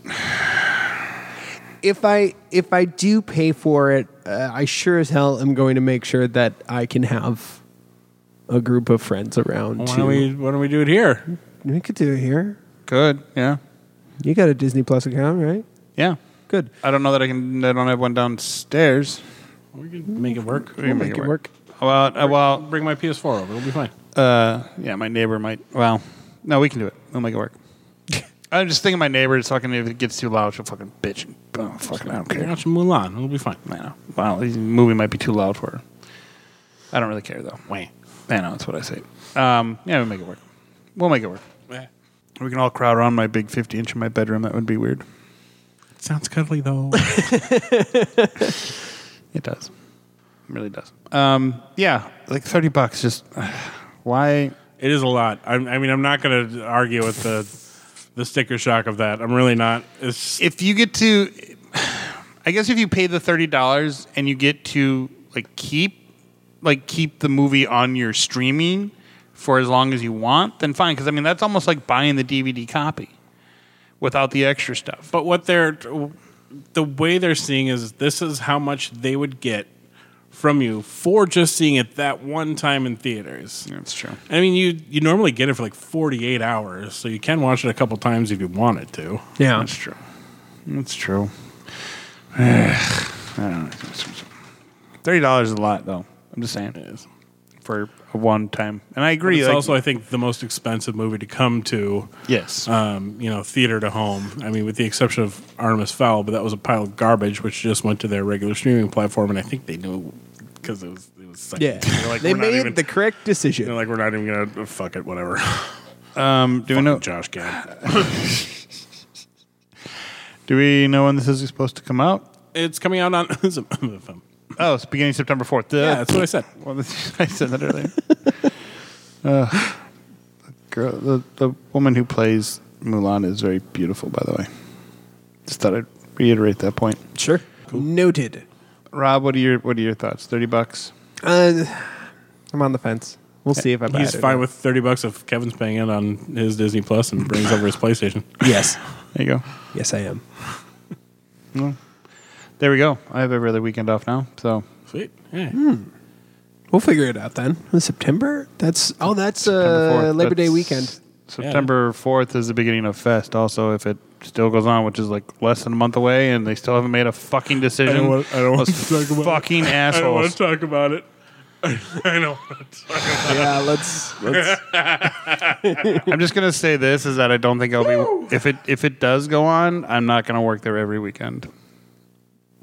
S4: if I if I do pay for it, uh, I sure as hell am going to make sure that I can have a group of friends around.
S5: why
S4: to-
S5: don't we why don't we do it here?
S4: We could do it here.
S3: good. Yeah,
S4: You got a Disney Plus account, right?
S3: yeah.
S4: Good.
S3: I don't know that I can. I don't have one downstairs.
S5: We can make it work.
S3: can
S4: make it work.
S3: Well, uh,
S5: I'll
S3: well,
S5: bring my PS4 over. It'll be fine.
S3: uh, yeah. My neighbor might. Well, no, we can do it. We'll make it work. I'm just thinking my neighbor is fucking. If it gets too loud, she'll fucking bitch. and- Oh, fucking, I don't
S5: We're
S3: care.
S5: watching Mulan. It'll be fine.
S3: I know. Wow, this movie might be too loud for her. I don't really care though. Wait. I know that's what I say. Um, yeah, we'll make it work. We'll make it work.
S5: Eh.
S3: We can all crowd around my big 50 inch in my bedroom. That would be weird.
S5: sounds cuddly though.
S3: It does. It really does. Um, yeah, like 30 bucks. Just why?
S5: it is a lot. I'm, I mean, I'm not going to argue with the the sticker shock of that. I'm really not. It's
S3: If you get to, I guess if you pay the $30 and you get to like keep, like keep the movie on your streaming for as long as you want, then fine. Cause I mean, that's almost like buying the DVD copy without the extra stuff.
S5: But what they're the way they're seeing is this is how much they would get from you for just seeing it that one time in theaters.
S3: That's true.
S5: I mean, you you normally get it for like 48 hours, so you can watch it a couple times if you wanted to.
S4: Yeah.
S3: That's true. That's true. I don't know. Thirty dollars is a lot, though. I'm just saying it is for a one time, and I agree.
S5: It's
S3: like-
S5: also, I think, the most expensive movie to come to,
S3: yes,
S5: um, you know, theater to home. I mean, with the exception of Artemis Fowl, but that was a pile of garbage, which just went to their regular streaming platform, and I think they knew because it was it was second.
S4: Yeah.
S5: They're like,
S4: they
S5: "We're not
S4: made
S5: even-
S4: the correct decision.
S5: They're like, we're not even gonna uh, fuck it, whatever.
S3: um, do we know?
S5: Josh Gad.
S3: Do we know when this is supposed to come out?
S5: It's coming out on. yeah,
S3: Oh, it's beginning September fourth.
S5: that's what I said.
S3: Well, I said that earlier. uh, the girl, the, the woman who plays Mulan is very beautiful, by the way. Just thought I'd reiterate that point.
S4: sure. Noted.
S3: Rob, what are your what are your thoughts? Thirty bucks.
S4: Uh, I'm on the fence. We'll see if I buy
S5: He's
S4: it or
S5: fine
S4: not.
S5: with thirty bucks if Kevin's paying it on his Disney Plus and brings over his PlayStation.
S4: Yes.
S3: There you go.
S4: Yes, I am.
S3: There we go. I have every other weekend off now, so
S5: Sweet. Yeah.
S4: We'll figure it out then. In September? That's oh, that's uh,
S3: September 4th,
S4: Labor Day
S3: that's-
S4: weekend.
S3: September fourth is the beginning of Fest. Also, if it still goes on, which is like less than a month away, and they still haven't made a fucking decision,
S5: want- I don't want
S3: those
S5: to talk about it.
S3: fucking
S5: I don't want
S3: assholes.
S5: to talk about it. I don't want to talk
S4: yeah, let's.
S5: about
S4: let's
S3: I'm just gonna say this is that I don't think I'll be if it if it does go on, I'm not gonna work there every weekend.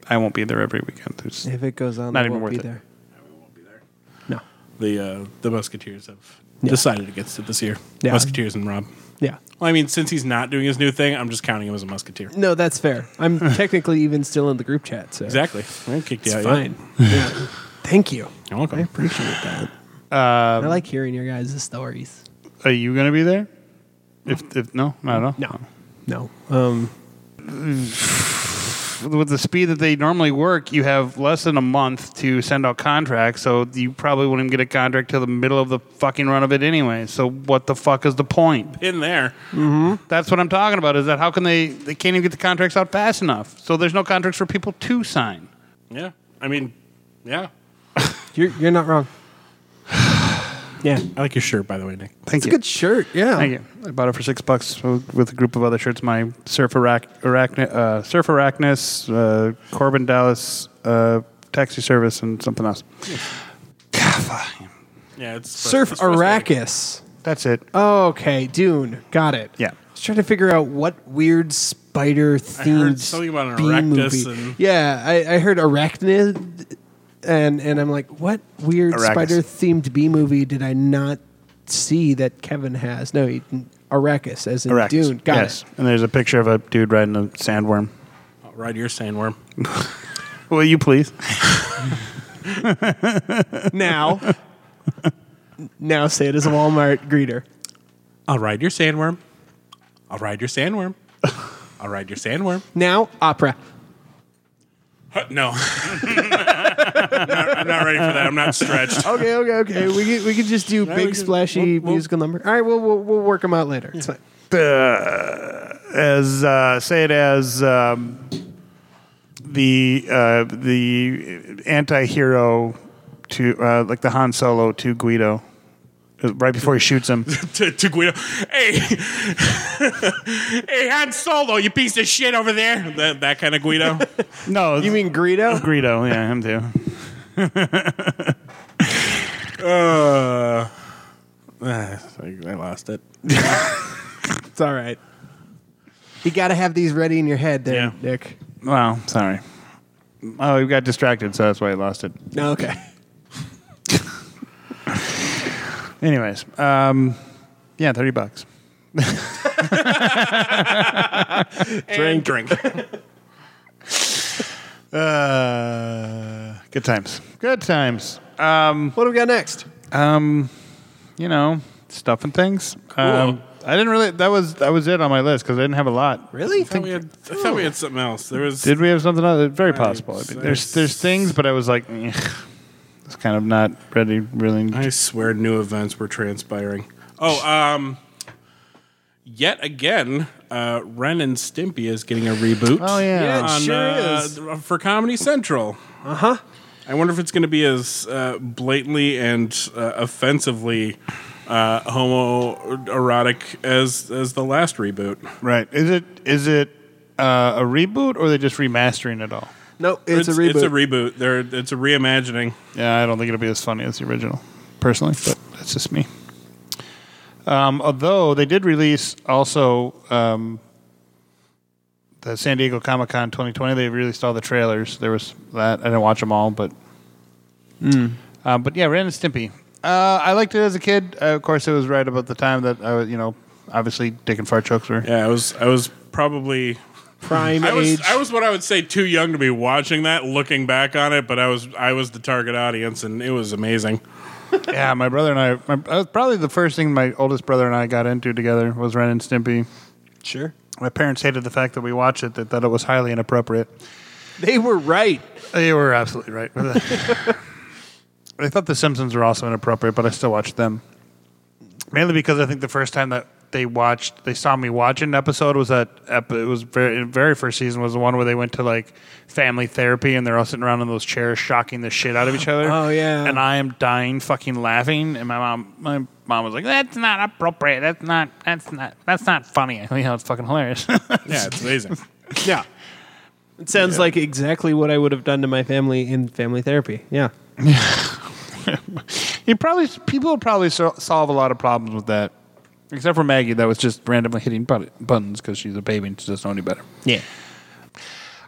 S3: I won't be there every weekend. There's,
S4: if it goes on,
S3: Not
S4: I
S3: even
S4: won't be
S3: worth it.
S4: there. No.
S5: The uh, the Musketeers have decided against it this year.
S4: Yeah.
S5: Musketeers and Rob.
S4: Yeah.
S5: Well, I mean, since he's not doing his new thing, I'm just counting him as a Musketeer.
S4: No, that's fair. I'm technically even still in the group chat, so
S5: Exactly. I kicked you
S4: it's
S5: out. yeah.
S4: fine. Yeah. Thank you. I
S5: You're welcome.
S4: appreciate that.
S3: Um,
S4: I like hearing your guys' stories.
S3: uh, are you gonna be there? If if no, not at all.
S4: No, no. Um,
S3: with the speed that they normally work, you have less than a month to send out contracts, so you probably wouldn't get a contract till the middle of the fucking run of it anyway. So what the fuck is the point?
S5: In there.
S3: That's what I'm talking about. Is that how can they? They can't even get the contracts out fast enough. So there's no contracts for people to sign.
S5: Yeah. I mean, yeah.
S4: you're you're not wrong. Yeah, it's
S5: I like your shirt, by the way, Nick.
S3: Thank
S4: a
S3: you.
S4: good shirt. Yeah,
S3: Thank you. I bought it for six bucks with a group of other shirts. My Surf Arach- Arachne- uh, Surf Arachnus, uh, Corbin Dallas, uh, Taxi Service, and something else.
S5: Yeah, it's
S4: Surf Arrakis.
S3: That's it.
S4: Okay, Dune. Got it.
S3: Yeah.
S4: I was trying to figure out what weird spider themed
S5: something about an
S4: movie.
S5: erectus and-
S4: Yeah, I, I heard arachnid, and and I'm like, what weird
S3: Arrakis.
S4: spider themed B movie did I not see that Kevin has? No, he, Arrakis as in
S3: Correct.
S4: Dune. Got
S3: yes.
S4: it.
S3: And there's a picture of a dude riding a sandworm.
S5: I'll ride your sandworm.
S3: Will you please?
S4: Now, now say it as a Walmart greeter.
S5: I'll ride your sandworm. I'll ride your sandworm. I'll ride your sandworm.
S4: Now opera.
S5: Huh, No. I'm, not, I'm not ready for that. I'm not stretched.
S4: Okay, okay, okay. We could, we could just do
S5: we
S4: big
S5: could-
S4: splashy
S5: we'll- we'll-
S4: musical number. All right, we'll we'll, we'll work them out later. It's fine.
S3: As uh, say it as um, the uh, the anti-hero to uh, like the Han Solo to Guido, uh, right before he shoots him.
S5: to, to Guido. Hey, hey, Han Solo, you piece of shit over there. That, that kind of Guido.
S3: no,
S4: You mean Greedo?
S3: Guido? Yeah, him too.
S5: uh, I, I lost it.
S4: It's all right. You got to have these ready in your head, there,
S5: Yeah.
S4: Nick.
S3: Wow, sorry. Oh, we got distracted, so that's why I lost it.
S4: No, okay.
S3: Anyways, um, yeah, thirty bucks.
S5: Drink, drink.
S3: Uh, good times. Good times.
S4: What do we got next?
S3: You know, stuff and things. Um, I didn't really. That was that was it on my list because I didn't have a lot.
S4: Really?
S5: I thought, we had, I thought we had something else. There was
S3: Did we have something else? Very possible. I
S5: s-
S3: mean,
S5: I
S3: there's there's things, but I was like, eh, it's kind of not ready. Really.
S5: I swear new events were transpiring. Oh, um yet again, uh Ren and Stimpy is getting a reboot.
S3: oh yeah.
S4: Yeah. it sure is.
S5: uh, for Comedy Central. Uh-huh. I wonder if it's going to be as uh, blatantly and uh, offensively uh, homoerotic as as the last reboot.
S3: Right. Is it is it uh, a reboot or are they just remastering it all?
S4: No, it's, a reboot.
S5: It's a reboot. There, it's a reimagining.
S3: Yeah, I don't think it'll be as funny as the original, personally, but that's just me. Um, although they did release also um, the San Diego Comic Con 2020, they released all the trailers. There was that. I didn't watch them all, but. Uh, but yeah, Ren and Stimpy. Uh, I liked it as a kid. Uh, of course, it was right about the time that I was, you know, obviously Dick and Fart Chokes were.
S5: Yeah, I was I was probably
S4: Prime
S5: I was
S4: age.
S5: I was what I would say too young to be watching that. Looking back on it, but I was I was the target audience, and it was amazing.
S3: Yeah, my brother and I. My, that was probably the first thing my oldest brother and I got into together was Ren and Stimpy.
S4: sure.
S3: My parents hated the fact that we watched it, that, that it was highly inappropriate.
S4: They were right.
S3: They Uh, were absolutely right. I thought The Simpsons were also inappropriate, but I still watched them. Mainly because I think the first time that they watched, they saw me watch an episode was that ep- it was very very first season was the one where they went to like family therapy and they're all sitting around in those chairs shocking the shit out of each other.
S4: Oh, yeah.
S3: and I am dying fucking laughing, and my mom my mom was like, "That's not appropriate. That's not that's not that's not funny." You know, it's fucking hilarious.
S5: Yeah, it's amazing.
S4: Yeah. It sounds like exactly what I would have done to my family in family therapy. Yeah.
S3: You probably people probably so- solve a lot of problems with that, except for Maggie, that was just randomly hitting but- buttons because she's a baby and she doesn't know any better.
S4: Yeah.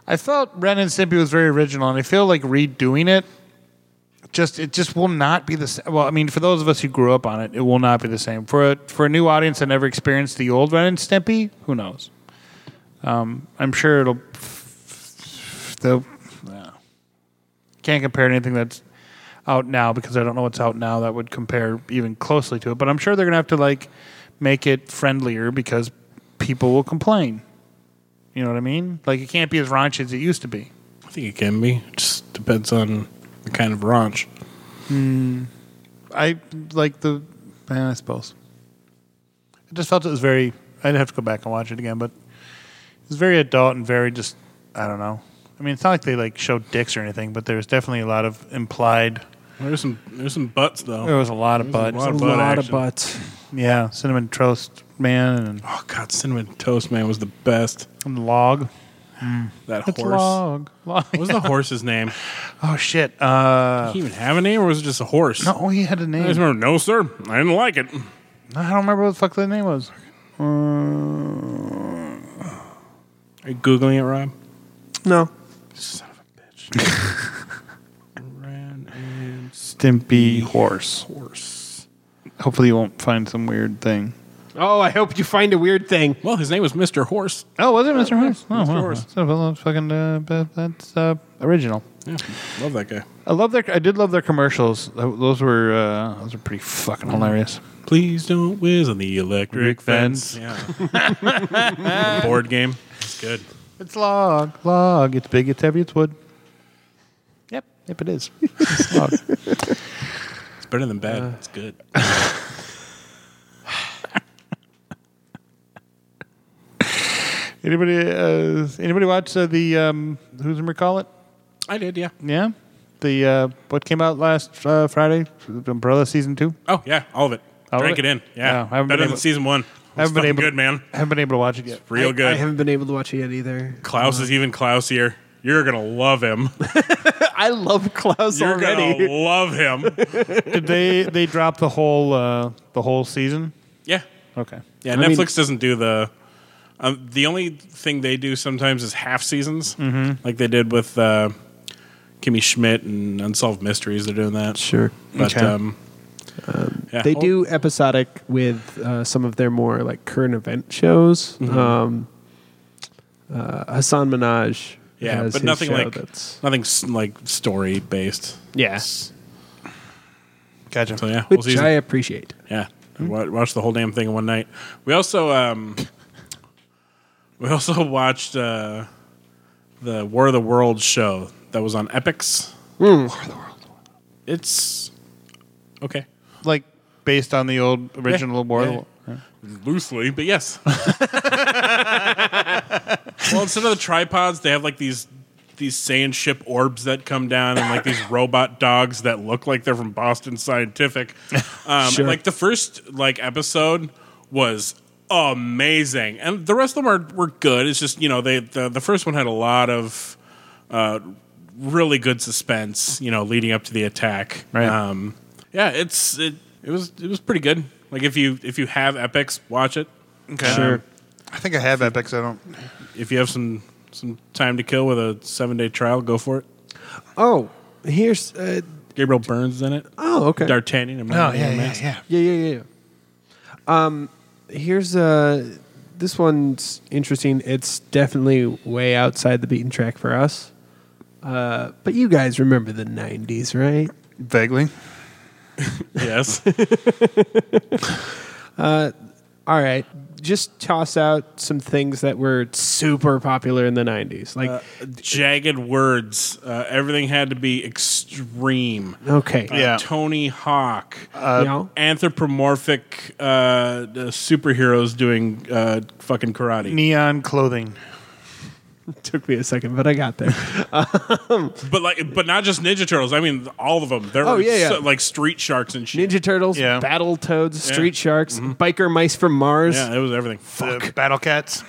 S3: I felt Ren and Stimpy was very original, and I feel like redoing it just it just will not be the same. Well, I mean, for those of us who grew up on it, it will not be the same. For a, for a new audience that never experienced the old Ren and Stimpy, who knows? Um, I'm sure it'll they'll yeah. can't compare to anything that's out now because I don't know what's out now that would compare even closely to it. But I'm sure they're gonna have to like make it friendlier because people will complain. You know what I mean? Like it can't be as raunchy as it used to be.
S5: I think it can be. It just depends on the kind of raunch.
S3: I like the, yeah, I suppose. I just felt it was very. I'd have to go back and watch it again, but it was very adult and very just. I don't know. I mean, it's not like they like showed dicks or anything, but there was definitely a lot of implied.
S5: There's some there's some butts
S4: Oh,
S5: though.
S3: There was a lot of butt.
S5: lot of
S4: A
S5: Butt
S4: lot of
S5: action.
S4: butts.
S3: Yeah, cinnamon toast man
S5: Oh God, cinnamon toast man was the best.
S3: and log.
S5: That
S3: It's
S5: horse.
S3: log. Log.
S5: What was the horse's name?
S3: Oh shit. Uh,
S5: Did he even have a name, or was it just a horse?
S3: no, he had a
S5: I just
S3: name.
S5: remember, no, sir, I didn't like it.
S3: I don't remember what the fuck the name was. Uh,
S5: Are you googling it, Rob?
S4: No.
S5: Son of a bitch. Ran and
S3: Stimpy horse.
S5: horse.
S3: Hopefully, you won't find some weird thing.
S4: Oh, I hope you find a weird thing.
S5: Well, his name was Mr. Horse.
S3: Oh, was it Mr. Horse? Oh,
S5: Mr.
S3: wow.
S5: Horse.
S3: So, well, that's fucking uh, that- that's uh, original.
S5: Yeah, love that guy.
S3: I love their. I did love their commercials. Th- Those were uh, those are pretty fucking hilarious.
S5: Please don't whiz on the electric
S3: Rick
S5: fence.
S3: Vance.
S5: Yeah. Board game. It's good.
S3: It's log, log. It's big. It's heavy. It's wood. Yep, yep, it is. It's log.
S5: It's better than bad. it's good.
S3: anybody, uh, anybody watch uh, the um, who's gonna recall it?
S5: I did, yeah.
S3: Yeah, the uh, what came out last uh, Friday, Umbrella season two.
S5: Oh, yeah, all of it.
S3: All of
S5: Drank
S3: it?
S5: it? in.
S3: Yeah, I
S5: Yeah.
S3: haven't been
S5: better than
S3: able-
S5: season one.
S3: I haven't been
S5: It's fucking
S3: able
S5: good, man.
S3: I haven't been able to watch it yet.
S5: Real good.
S4: I haven't been able to watch it yet either.
S5: Klaus is even Klausier. You're going to love him.
S4: I love Klaus
S5: You're going to
S4: already.
S5: love him.
S3: Did they they drop the whole uh, the whole season?
S5: Yeah.
S3: Okay.
S5: Yeah,
S4: mean-
S5: Netflix doesn't do the. Um, the only thing they do sometimes is half seasons, mm-hmm. like they did with uh, Kimmy Schmidt and Unsolved Mysteries. They're doing that.
S4: Sure.
S5: But
S3: Okay.
S5: um, oh. yeah.
S4: Uh, They do episodic with uh, some of their more
S5: Mm-hmm.
S4: like current event shows. Um, uh, Hassan Minaj
S5: Yeah,
S4: as
S5: but
S4: his
S5: nothing
S4: show
S5: like
S4: that's-
S5: nothing s- like story based.
S4: Yeah.
S3: Gotcha.
S5: So yeah, whole
S4: which
S5: season.
S4: I appreciate.
S5: Yeah, I wa- watched the whole damn thing in one night. We also um, we also watched uh, the War of the Worlds show that was on Epics. War of the Worlds. It's okay,
S3: Like based on the old original War of the
S5: yeah.
S3: Wo-
S5: loosely, but yes. well, instead of the tripods, they have like these these sand ship orbs that come down and like these robot dogs that look like they're from Boston Scientific. Um,
S4: Sure.
S5: Like the first like episode was amazing, and the rest of them are, were good. It's just you know they the, the first one had a lot of uh, really good suspense, you know, leading up to the attack.
S3: Right.
S5: Um, yeah, it's it, it was it was pretty good. Like if you if you have epics, watch it.
S3: Okay.
S4: Sure.
S3: I think I have epics. I don't.
S5: If you have some some time to kill with a seven day trial, go for it.
S4: Oh, here's. Uh,
S5: Gabriel Burns is in it.
S4: oh, okay.
S5: D'Artagnan. I'm
S3: No,
S5: not
S3: yeah,
S5: even
S3: yeah,
S5: mad.
S3: yeah.
S4: Yeah, yeah, yeah. yeah. Um, here's uh, this one's interesting. It's definitely way outside the beaten track for us. Uh, but you guys remember the '90s, right?
S3: Vaguely.
S5: Yes.
S4: All right, just toss out some things that were super popular in the '90s.
S5: Uh,
S4: Like,
S5: Jagged words. Uh, everything had to be extreme.
S4: okay,
S5: Uh,
S3: Yeah.
S5: Tony Hawk.
S4: you know,
S5: Anthropomorphic uh, uh, superheroes doing uh, fucking karate.
S3: Neon clothing.
S4: took me a second, but I got there.
S5: But like, but not just Ninja Turtles. I mean, all of them. They're
S4: Oh, yeah, yeah.
S5: so- like street sharks and shit.
S4: Ninja Turtles,
S3: Yeah.
S4: Battle Toads, Street Sharks, Biker Mice from Mars,
S5: Mm-hmm. yeah, it was everything.
S3: The battle cats.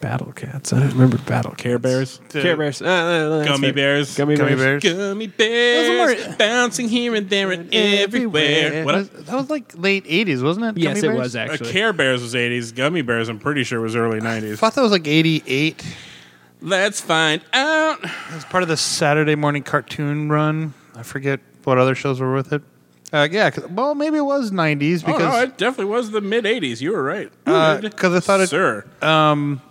S4: Battle Cats. I don't remember Battle Cats.
S5: Care Bears,
S3: The-
S4: Care Bears. Uh, uh, uh, that's
S5: Gummy
S4: right.
S5: Bears.
S4: Gummy,
S3: Gummy
S4: Bears.
S3: bears.
S5: gummy bears, bouncing here and there and everywhere.
S4: everywhere.
S5: What? a-
S3: That was like late '80s, wasn't it?
S4: Yes,
S3: Gummy
S4: it
S3: Bears?
S4: was
S5: Uh,
S4: actually.
S5: Care Bears was '80s. Gummy Bears, I'm pretty sure was early
S3: I
S5: '90s.
S3: thought that was like '88.
S5: Let's find out. Oh,
S3: It was part of the Saturday morning cartoon run. I forget what other shows were with it. Uh, yeah, 'cause- well, maybe it was '90s
S5: Oh,
S3: because
S5: no, it definitely was the mid '80s. You were right.
S3: because I thought it. Uh,
S5: Sir,
S3: um,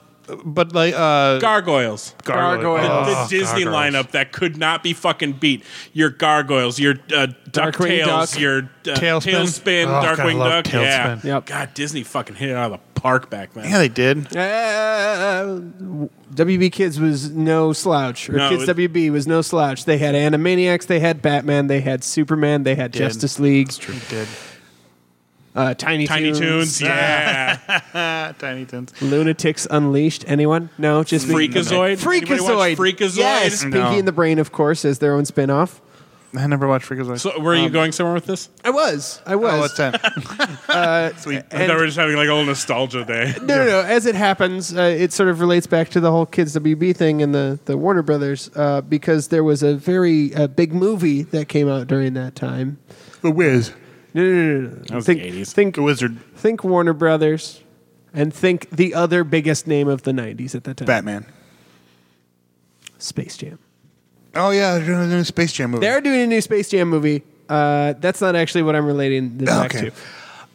S3: But like uh, Oh,
S5: gargoyles.
S4: Gargoyles.
S5: The, the Disney lineup that could not be fucking beat. Your gargoyles, your uh,
S4: Darkwing
S5: Ducktales,
S4: Duck.
S5: your uh,
S3: Tailspin.
S5: Tailspin,
S3: Oh, God, I
S5: Darkwing
S3: love
S5: Duck. Yeah,
S3: Tailspin.
S4: Yep.
S5: God, Disney fucking hit it out of the park back then.
S3: yeah, they did.
S4: Uh, WB Kids was no slouch, or
S5: No,
S4: Kids
S5: it-
S4: WB was no slouch. They had Animaniacs, they had Batman, they had Superman, they had Justice League,
S3: They did.
S4: uh, Tiny,
S5: Tiny
S4: Toons,
S5: Toons. Yeah.
S3: Tiny Tins.
S4: Lunatics Unleashed. Anyone? No, just me?
S5: Freakazoid? Anybody
S4: Freakazoid.
S5: watch Freakazoid?
S4: Yes,
S5: No.
S4: Pinky and the Brain, of course, as their own spinoff.
S3: I never watched Freakazoid.
S5: so, were you going somewhere with this?
S4: I was, I was. Uh,
S3: oh, what's that?
S5: Sweet. I
S4: and-
S5: thought we were just having like a little nostalgia day.
S4: No, no, no. As it happens, uh, it sort of relates back to the whole Kids WB thing and the, the Warner Brothers uh, because there was a very uh, big movie that came out during that time.
S3: the Wiz.
S4: No, no, no, no. no.
S5: was
S4: think,
S5: the 80s.
S4: Think,
S3: The Wizard.
S4: think Warner Brothers and think the other biggest name of the 90s at that time
S3: Batman.
S4: Space Jam.
S3: Oh yeah, they're doing a new Space Jam movie.
S4: They're doing a new Space Jam movie. Uh, that's not actually what I'm relating this back
S3: Okay.
S4: to.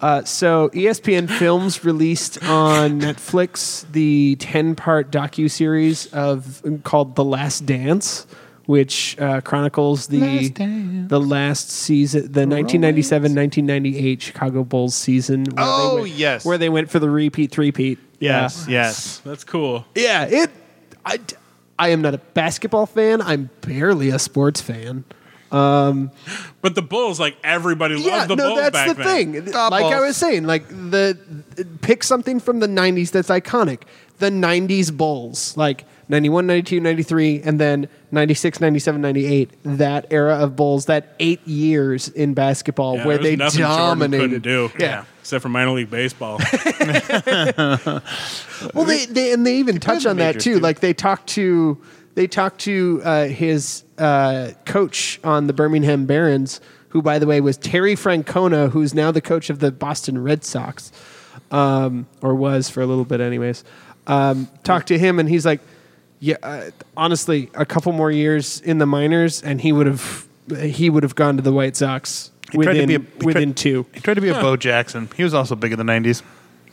S4: Uh, so ESPN Films released on Netflix the ten-part docu-series of called "The Last Dance," which uh, chronicles the
S3: Last Dance.
S4: the last season, the 1997-1998 Chicago Bulls season. Where
S3: Oh,
S4: they went,
S3: yes.
S4: where they went for the repeat, repeat.
S3: yes, yes.
S5: That's cool.
S4: yeah. It. I. I am not a basketball fan. I'm barely a sports fan.
S5: But the Bulls, like everybody loved the
S4: no,
S5: Bulls
S4: that's
S5: back
S4: the
S5: then.
S4: thing. like I
S3: balls.
S4: was saying, like the pick something from the '90s that's iconic. The '90s Bulls, like '91, '92, '93, and then '96, '97, '98. That era of Bulls, that eight years in basketball
S5: Yeah,
S4: where
S5: there was
S4: they
S5: nothing Jordan
S4: dominated.
S5: couldn't do.
S4: Yeah.
S5: Except for minor league baseball.
S4: Well, they, they and they even touch on that
S5: majors,
S4: too.
S5: dude.
S4: Like they talked to they talked to uh, his uh, coach on the Birmingham Barons, who by the way was Terry Francona, who's now the coach of the Boston Red Sox, um, or was for a little bit, anyways. Um, talked to him, and he's like, "Yeah, uh, honestly, a couple more years in the minors, and he would have he would have gone to the White Sox
S3: tried to
S4: within
S3: be a- he tried-
S4: within two.
S3: He tried to be a Bo Jackson. He was also big in the '90s.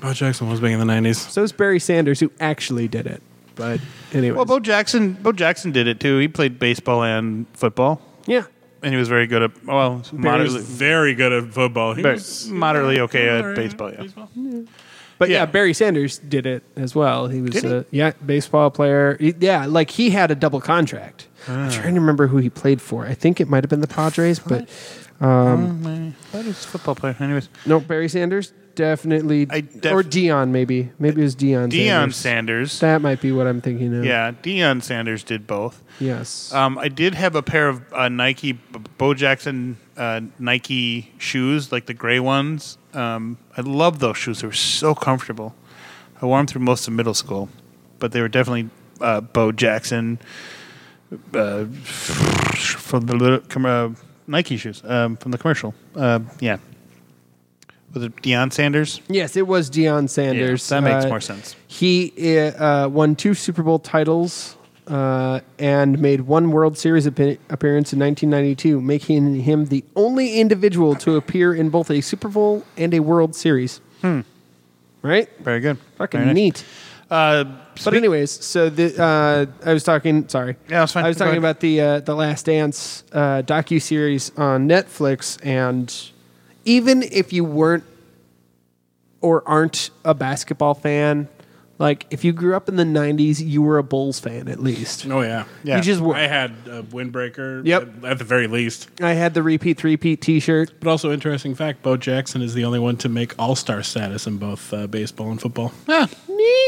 S5: Bo Jackson was big in the 90s.
S4: So it's Barry Sanders who actually did it. But anyway,
S3: Well, Bo Jackson, Bo Jackson did it too. He played baseball and football,
S4: yeah,
S3: and he was very good at well,
S5: Moderately-
S3: moderately,
S5: very good at football. He
S3: very-
S5: was-
S3: moderately okay
S5: Alright,
S3: at baseball. Yeah,
S5: baseball.
S4: but yeah.
S3: yeah.
S4: Barry Sanders did it as well. He was
S3: Did he?
S4: a yeah baseball player. He- yeah, like he had a double contract.
S3: Ah.
S4: I'm trying to remember who he played for. I think it might have been the Padres, but
S3: that is football player. Anyways,
S4: no, Barry Sanders definitely,
S3: I def-
S4: or Dion maybe, maybe it was Dion.
S3: Deion
S4: Sanders.
S3: Sanders.
S4: That might be what I'm thinking of.
S3: Yeah, Deion Sanders did both.
S4: Yes.
S3: Um, I did have a pair of uh, Nike B- Bo Jackson uh, Nike shoes, like the gray ones. Um, I love those shoes; they were so comfortable. I wore them through most of middle school, but they were definitely uh, Bo Jackson uh, from the little, com- uh, Nike shoes um, from the commercial. Uh, yeah, was it Deion Sanders?
S4: Yes, it was Deion Sanders.
S3: Yeah, that makes more sense.
S4: He uh, uh, won two Super Bowl titles uh, and made one World Series appear- appearance in 1992, making him the only individual to appear in both a Super Bowl and a World Series. Hmm. Right?
S3: Very good.
S4: Fucking
S3: Very nice.
S4: neat.
S3: Uh,
S4: But
S3: speak-
S4: anyways, so the uh, I was talking. Sorry,
S3: Yeah, it's fine.
S4: I was
S3: Go
S4: talking
S3: ahead.
S4: about the uh, the Last Dance uh, docu series on Netflix, and even if you weren't or aren't a basketball fan, like if you grew up in the '90s, you were a Bulls fan at least.
S5: Oh yeah,
S3: Yeah.
S4: You just were.
S5: I had a windbreaker.
S4: Yep.
S5: at- At the very least,
S4: I had the repeat three peat T-shirt.
S5: but also interesting fact: Bo Jackson is the only one to make All Star status in both uh, baseball and football.
S3: Ah.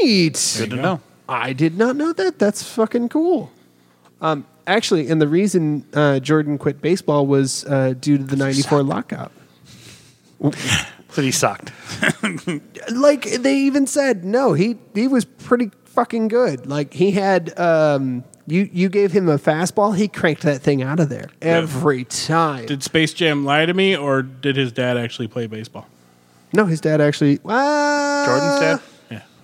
S4: Neat.
S3: good to know.
S4: I did not know that. That's fucking cool. Um, actually, and the reason uh, Jordan quit baseball was uh, due to the '94 lockout.
S3: So he sucked.
S4: like they even said no he he was pretty fucking good like he had um you you gave him a fastball he cranked that thing out of there every time
S5: Did Space Jam lie to me, or did his dad actually play baseball?
S4: no his dad actually uh,
S3: Jordan's dad.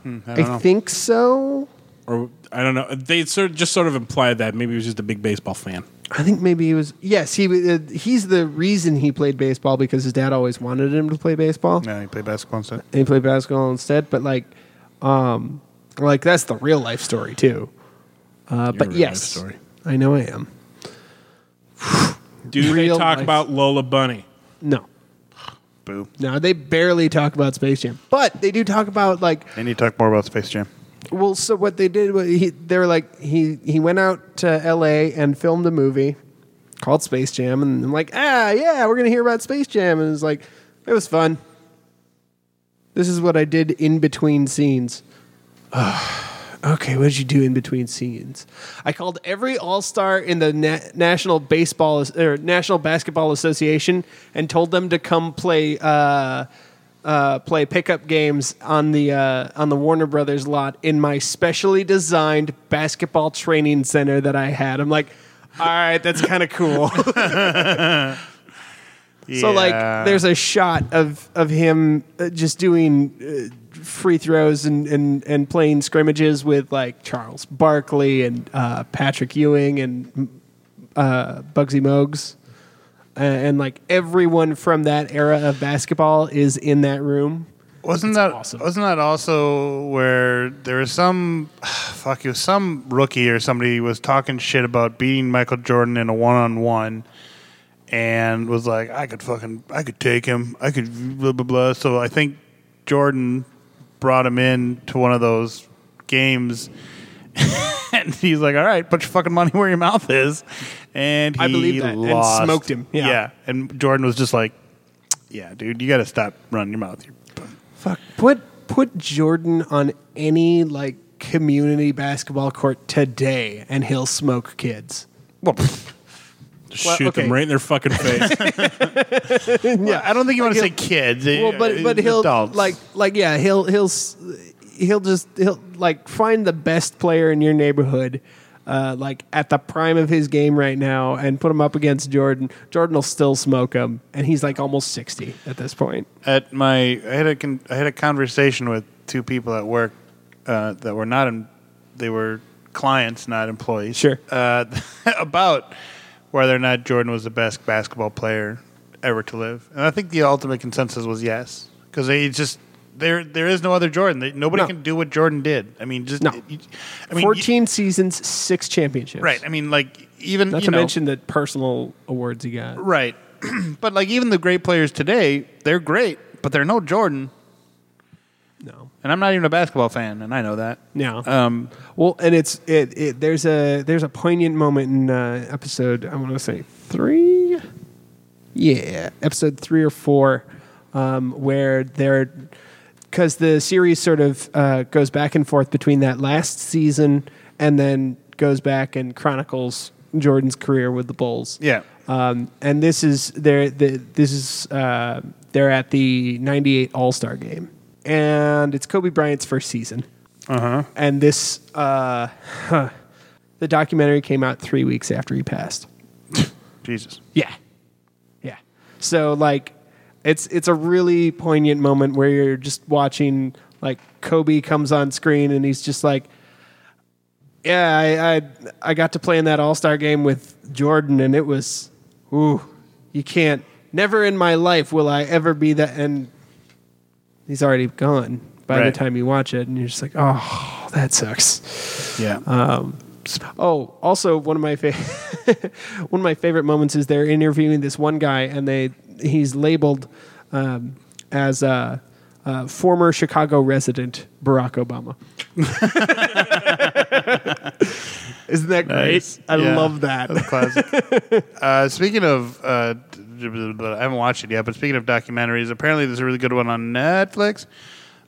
S5: Yeah,
S4: i, think so
S5: or I don't know. They sort of, just sort of implied that maybe he was just a big baseball fan.
S4: i think maybe he was yes he was- uh, he's the reason he played baseball because his dad always wanted him to play baseball
S3: No, he played basketball instead.
S4: and he played basketball instead. But like, um, like that's the real life story too. Uh, but
S5: real
S4: yes,
S5: life story.
S4: I know I am.
S5: Do they
S4: Real
S5: talk
S4: life.
S5: about Lola Bunny?
S4: No,
S3: Boo.
S4: no, they barely talk about Space Jam, but they do talk about like,
S3: They need to talk more about Space Jam.
S4: well, so what they did was he, they were like he he went out to L.A. and filmed a movie called Space Jam, and I'm like, ah, yeah, we're gonna hear about Space Jam, and it's like, it was fun. This is what I did in between scenes. Okay, what did you do in between scenes? I called every All Star in the Na- National Baseball or National Basketball Association and told them to come play uh, uh, play pickup games on the uh, on the Warner Brothers lot in my specially designed basketball training center that I had. I'm like, all right, that's kind of cool.
S3: Yeah.
S4: So like, there's a shot of of him uh, just doing uh, free throws and, and and playing scrimmages with like Charles Barkley and uh, Patrick Ewing and uh, Bugsy Mogs, uh, and like everyone from that era of basketball is in that room.
S3: wasn't that wasn't that also where there was some fuck you some rookie or somebody was talking shit about beating Michael Jordan in a one on one and was like I could fucking I could take him I could blah blah blah so I think Jordan brought him in to one of those games and he's like all right put your fucking money where your mouth is and he
S4: I believe that, and
S3: lost.
S4: smoked him. Yeah.
S3: yeah and Jordan was just like yeah dude you got to stop running your mouth You're
S4: Fuck, put put Jordan on any like community basketball court today, and he'll smoke kids.
S5: Just
S4: Well,
S5: shoot
S4: okay.
S5: them right in their fucking face.
S3: Yeah, I don't think you want to say kids. eh,
S4: well, but but he'll like like yeah, he'll he'll s- he'll just he'll like find the best player in your neighborhood, uh, like at the prime of his game right now, and put him up against Jordan. Jordan will still smoke him, and he's like almost sixty at this point.
S3: at my I had a con- I had a conversation with two people at work uh, that were not in, they were clients, not employees.
S4: Sure.
S3: Uh, about whether or not Jordan was the best basketball player ever to live, and I think the ultimate consensus was yes, because he just there there is no other Jordan. They- Nobody
S4: No.
S3: can do what Jordan did. I mean, just
S4: No.
S3: you- I mean, you-
S4: 14 seasons, six championships.
S3: right? I mean, like even
S4: Not
S3: you
S4: to
S3: know,
S4: mention the personal awards he got.
S3: right? but like even the great players today, they're great, but they're no Jordan.
S4: No.
S3: And I'm not even a basketball fan, and I know that.
S4: No.
S3: Um,
S4: Well, and it's it, it there's a there's a poignant moment in uh, episode I want to say three, yeah, episode three or four, um, where they're because the series sort of uh, goes back and forth between that last season and then goes back and chronicles Jordan's career with the Bulls.
S3: Yeah.
S4: Um, and this is they're the, this is uh, they're at the '98 All Star Game, and it's Kobe Bryant's first season. Uh huh. And this uh, huh, the documentary came out three weeks after he passed.
S3: Jesus.
S4: Yeah, yeah. So like, it's it's a really poignant moment where you're just watching like Kobe comes on screen and he's just like, yeah, I I, I got to play in that All Star game with Jordan and it was, ooh, you can't. Never in my life will I ever be that. And he's already gone by
S3: Right.
S4: the time you watch it, and you're just like, oh, that sucks.
S3: Yeah.
S4: Uh, Oh, also one of my fa- one of my favorite moments is they're interviewing this one guy, and they he's labeled um, as a, a former Chicago resident Barack Obama. Isn't that great? I
S3: Yeah.
S4: love that.
S3: That's classic. uh, speaking of, uh, d- d- d- d- I haven't watched it yet, but speaking of documentaries, apparently there's a really good one on Netflix.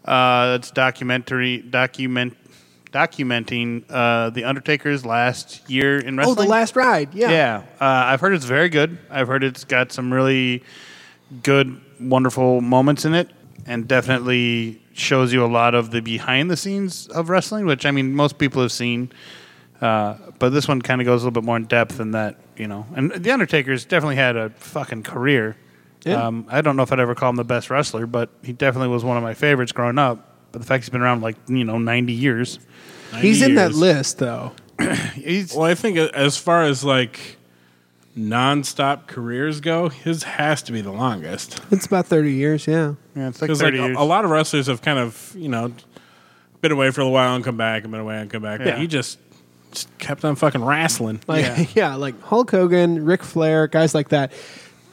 S3: Uh, it's documentary document documenting uh, the Undertaker's last year in
S4: Oh,
S3: wrestling.
S4: the last ride. Yeah.
S3: Yeah, uh, I've heard it's very good. I've heard it's got some really good, wonderful moments in it, and definitely shows you a lot of the behind the scenes of wrestling, which I mean most people have seen. Uh, but this one kind of goes a little bit more in depth than that, you know. And the Undertaker's definitely had a fucking career.
S4: Yeah.
S3: Um, I don't know if I'd ever call him the best wrestler, but he definitely was one of my favorites growing up. But the fact he's been around like you know ninety years,
S4: He's in that
S5: Years.
S4: list though.
S3: he's
S5: Well, I think a- as far as like nonstop careers go, his has to be the longest.
S4: It's about thirty years. Yeah.
S3: yeah, it's like
S5: Because like
S3: thirty
S5: a,
S3: years.
S5: a lot of wrestlers have kind of you know been away for a little while and come back and been away and come back.
S3: Yeah.
S5: But he just, just kept on fucking wrestling.
S4: Like
S3: Yeah.
S4: yeah. like Hulk Hogan, Ric Flair, guys like that.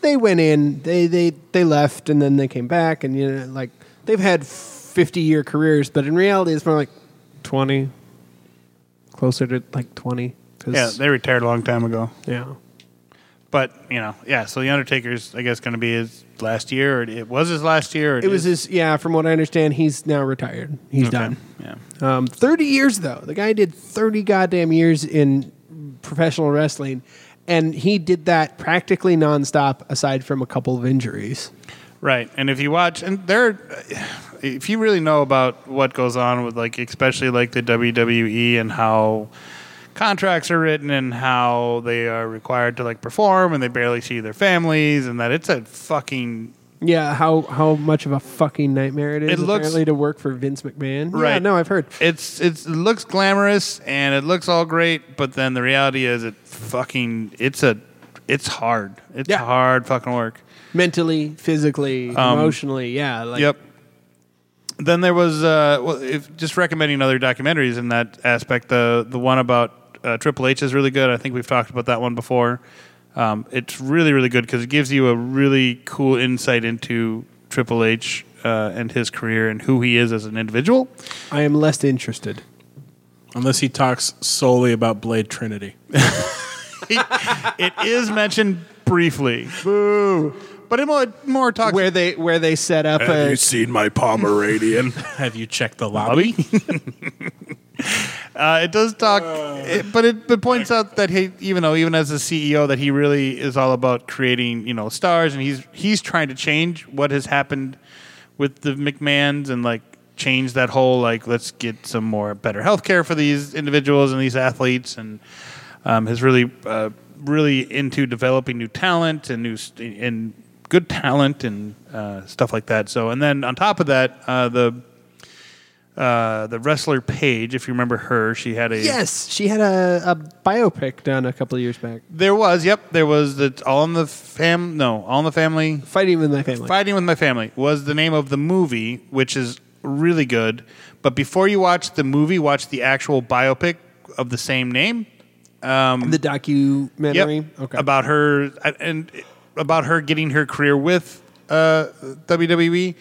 S4: They went in, they they they left, and then they came back, and you know, like they've had fifty year careers, but in reality, it's more like twenty, closer to like twenty. 'cause-
S3: yeah, they retired a long time ago.
S4: yeah.
S3: But you know, yeah. So the Undertaker's, I guess, going to be his last year, or it was his last year. Or
S4: It was
S3: is-
S4: his yeah. From what I understand, he's now retired. He's done.
S3: Yeah.
S4: Um, thirty years though. The guy did thirty goddamn years in professional wrestling, and he did that practically nonstop, aside from a couple of injuries.
S3: Right, and if you watch, and there, if you really know about what goes on with like, especially like the WWE and how contracts are written and how they are required to like perform and they barely see their families and that it's a fucking
S4: Yeah, how how much of a fucking nightmare it is
S3: It looks-
S4: apparently to work for Vince McMahon. Yeah,
S3: Right.
S4: no, I've heard.
S3: it's it's it looks glamorous and it looks all great, but then the reality is it fucking it's a it's hard. It's
S4: Yeah.
S3: hard fucking work.
S4: Mentally, physically, emotionally, yeah. Like,
S3: Um, Yep. Then there was uh, well, if just recommending other documentaries in that aspect. The the one about uh, Triple H is really good. I think we've talked about that one before. Um, it's really really good because it gives you a really cool insight into Triple H uh, and his career and who he is as an individual.
S4: I am less interested.
S5: Unless he talks solely about Blade Trinity.
S3: it is mentioned briefly. Boo. But it more more talks
S4: Where they where they set up
S6: Have
S4: a
S6: you seen my Pomeranian?
S5: Have you checked the lobby?
S3: Uh, it does talk, it, but it but points out that he, even though even as a CEO, that he really is all about creating you know stars, and he's he's trying to change what has happened with the McMahons and like change that whole like let's get some more better health care for these individuals and these athletes, and um, is really uh, really into developing new talent and new st- and good talent and uh, stuff like that. So and then on top of that, uh, the uh, the wrestler Paige, if you remember her, she had a
S4: Yes, she had a, a biopic done a couple of years back.
S3: There was, yep, there was the All in the Fam. No, All in the Family.
S4: Fighting with my family.
S3: Fighting with my family was the name of the movie, which is really good. But before you watch the movie, watch the actual biopic of the same name.
S4: the documentary.
S3: Yep. About her and about her getting her career with uh, WWE.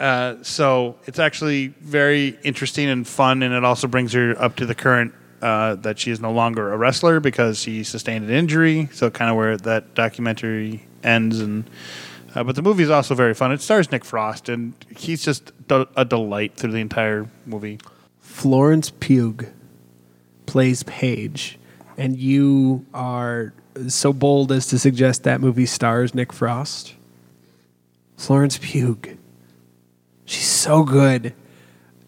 S3: Uh, so it's actually very interesting and fun, and it also brings her up to the current uh, that she is no longer a wrestler because she sustained an injury. So kind of where that documentary ends, and uh, but the movie is also very fun. It stars Nick Frost, and he's just de- a delight through the entire movie.
S4: Florence Pugh plays Paige, and you are so bold as to suggest that movie stars Nick Frost. Florence Pugh. She's so good.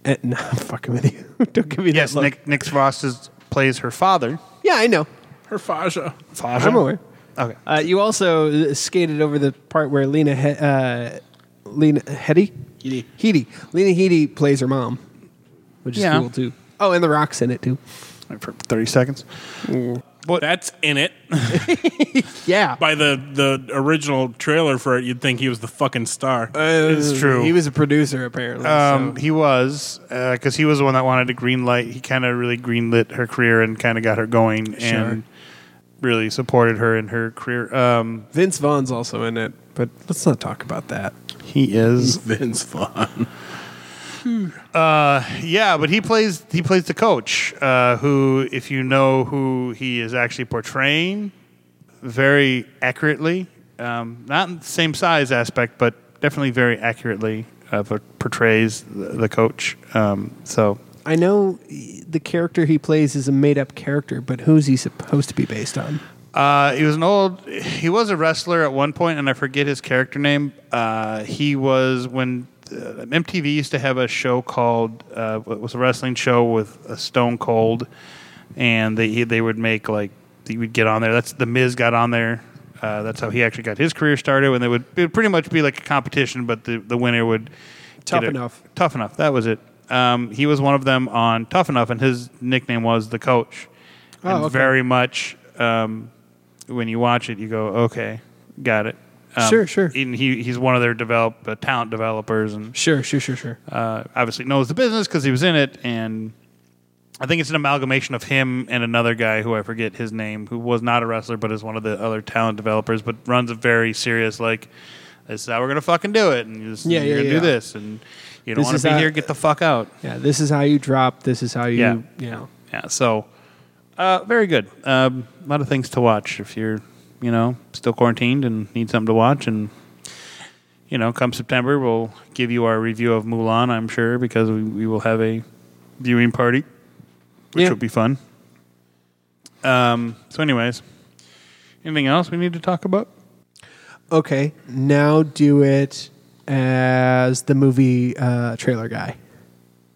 S4: At, no, I'm fucking with you. Don't give me
S3: Yes,
S4: that look.
S3: Nick Nick Frost is, plays her father.
S4: Yeah, I know.
S5: Her Faja.
S4: I'm aware.
S3: Okay.
S4: Uh, you also skated over the part where Lena he- uh, Lena Headey
S5: Headey.
S4: Headey Lena Headey plays her mom, which is
S3: Yeah.
S4: cool too. Oh, and The Rock's in it too.
S3: for 30 seconds.
S5: That's in it.
S4: Yeah,
S5: By the, the original trailer for it, you'd think he was the fucking star.
S3: It's true.
S4: Uh, He was a producer apparently.
S3: um,
S4: so-
S3: he was because he was the one that wanted to greenlight. He kind of really greenlit her career and kind of got her going and really supported her in her career. Um,
S4: Vince Vaughn's also in it, but let's not talk about that.
S3: he is
S5: Vince Vaughn.
S3: yeah, but he plays he plays the coach uh, who, if you know who he is actually portraying, very accurately. Um, not in the same size aspect, but definitely very accurately uh, por- portrays the, the coach. Um, so
S4: I know the character he plays is a made-up character, but who's he supposed to be based on?
S3: Uh, he was an old. He was a wrestler at one point, and I forget his character name. Uh, he was when uh, MTV used to have a show called uh, it was a wrestling show with a Stone Cold, and they they would make like he would get on there. That's the Miz got on there. Uh, that's how he actually got his career started. And they would it would pretty much be like a competition, but the the winner would get
S4: Tough
S3: a-
S4: Enough.
S3: Tough enough. That was it. Um, he was one of them on Tough Enough, and his nickname was the Coach.
S4: Oh,
S3: and
S4: okay.
S3: very much. Um, when you watch it, you go, okay, got it. Um,
S4: Sure, sure.
S3: And he, he's one of their develop uh, talent developers, and
S4: Sure, sure, sure, sure.
S3: uh, obviously knows the business because he was in it. And I think it's an amalgamation of him and another guy who I forget his name, who was not a wrestler but is one of the other talent developers, but runs a very serious like. This is how we're gonna fucking do it, and this,
S4: Yeah,
S3: you're
S4: yeah,
S3: gonna
S4: yeah.
S3: do this, and you don't
S4: This
S3: want
S4: is
S3: to be
S4: how-
S3: here. Get the fuck out.
S4: Yeah, this is how you drop. This is how you.
S3: Yeah.
S4: You know.
S3: Yeah, so uh, very good. Um, a lot of things to watch if you're, you know, still quarantined and need something to watch. And you know, come September, we'll give you our review of Mulan. I'm sure because we, we will have a viewing party, which
S4: Yeah.
S3: will be fun. Um. So, anyways, anything else we need to talk about?
S4: Okay, now do it as the movie uh, trailer guy.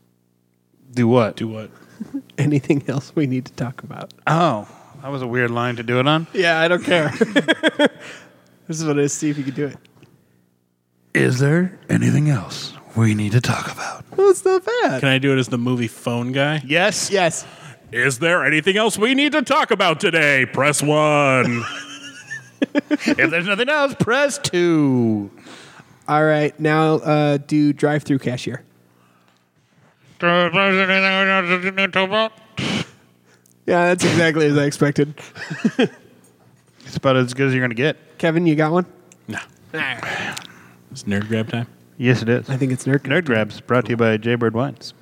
S3: Do what?
S5: Do what?
S4: Anything else we need to talk about?
S3: oh, that was a weird line to do it on.
S4: Yeah, I don't care. this is what I see if you can do it.
S6: Is there anything else we need to talk about?
S4: Well, it's not bad.
S5: Can I do it as the movie phone guy?
S3: Yes.
S4: yes.
S5: Is there anything else we need to talk about today? Press one.
S3: if there's nothing else, press two.
S4: All right, now uh, do drive-through cashier. Yeah, that's exactly as I expected.
S3: It's about as good as you're gonna get.
S4: Kevin, you got one?
S5: no. It's nerd grab time.
S3: Yes, it is.
S4: I think it's nerd.
S3: Nerd Grabs brought to you by Jaybird Wines.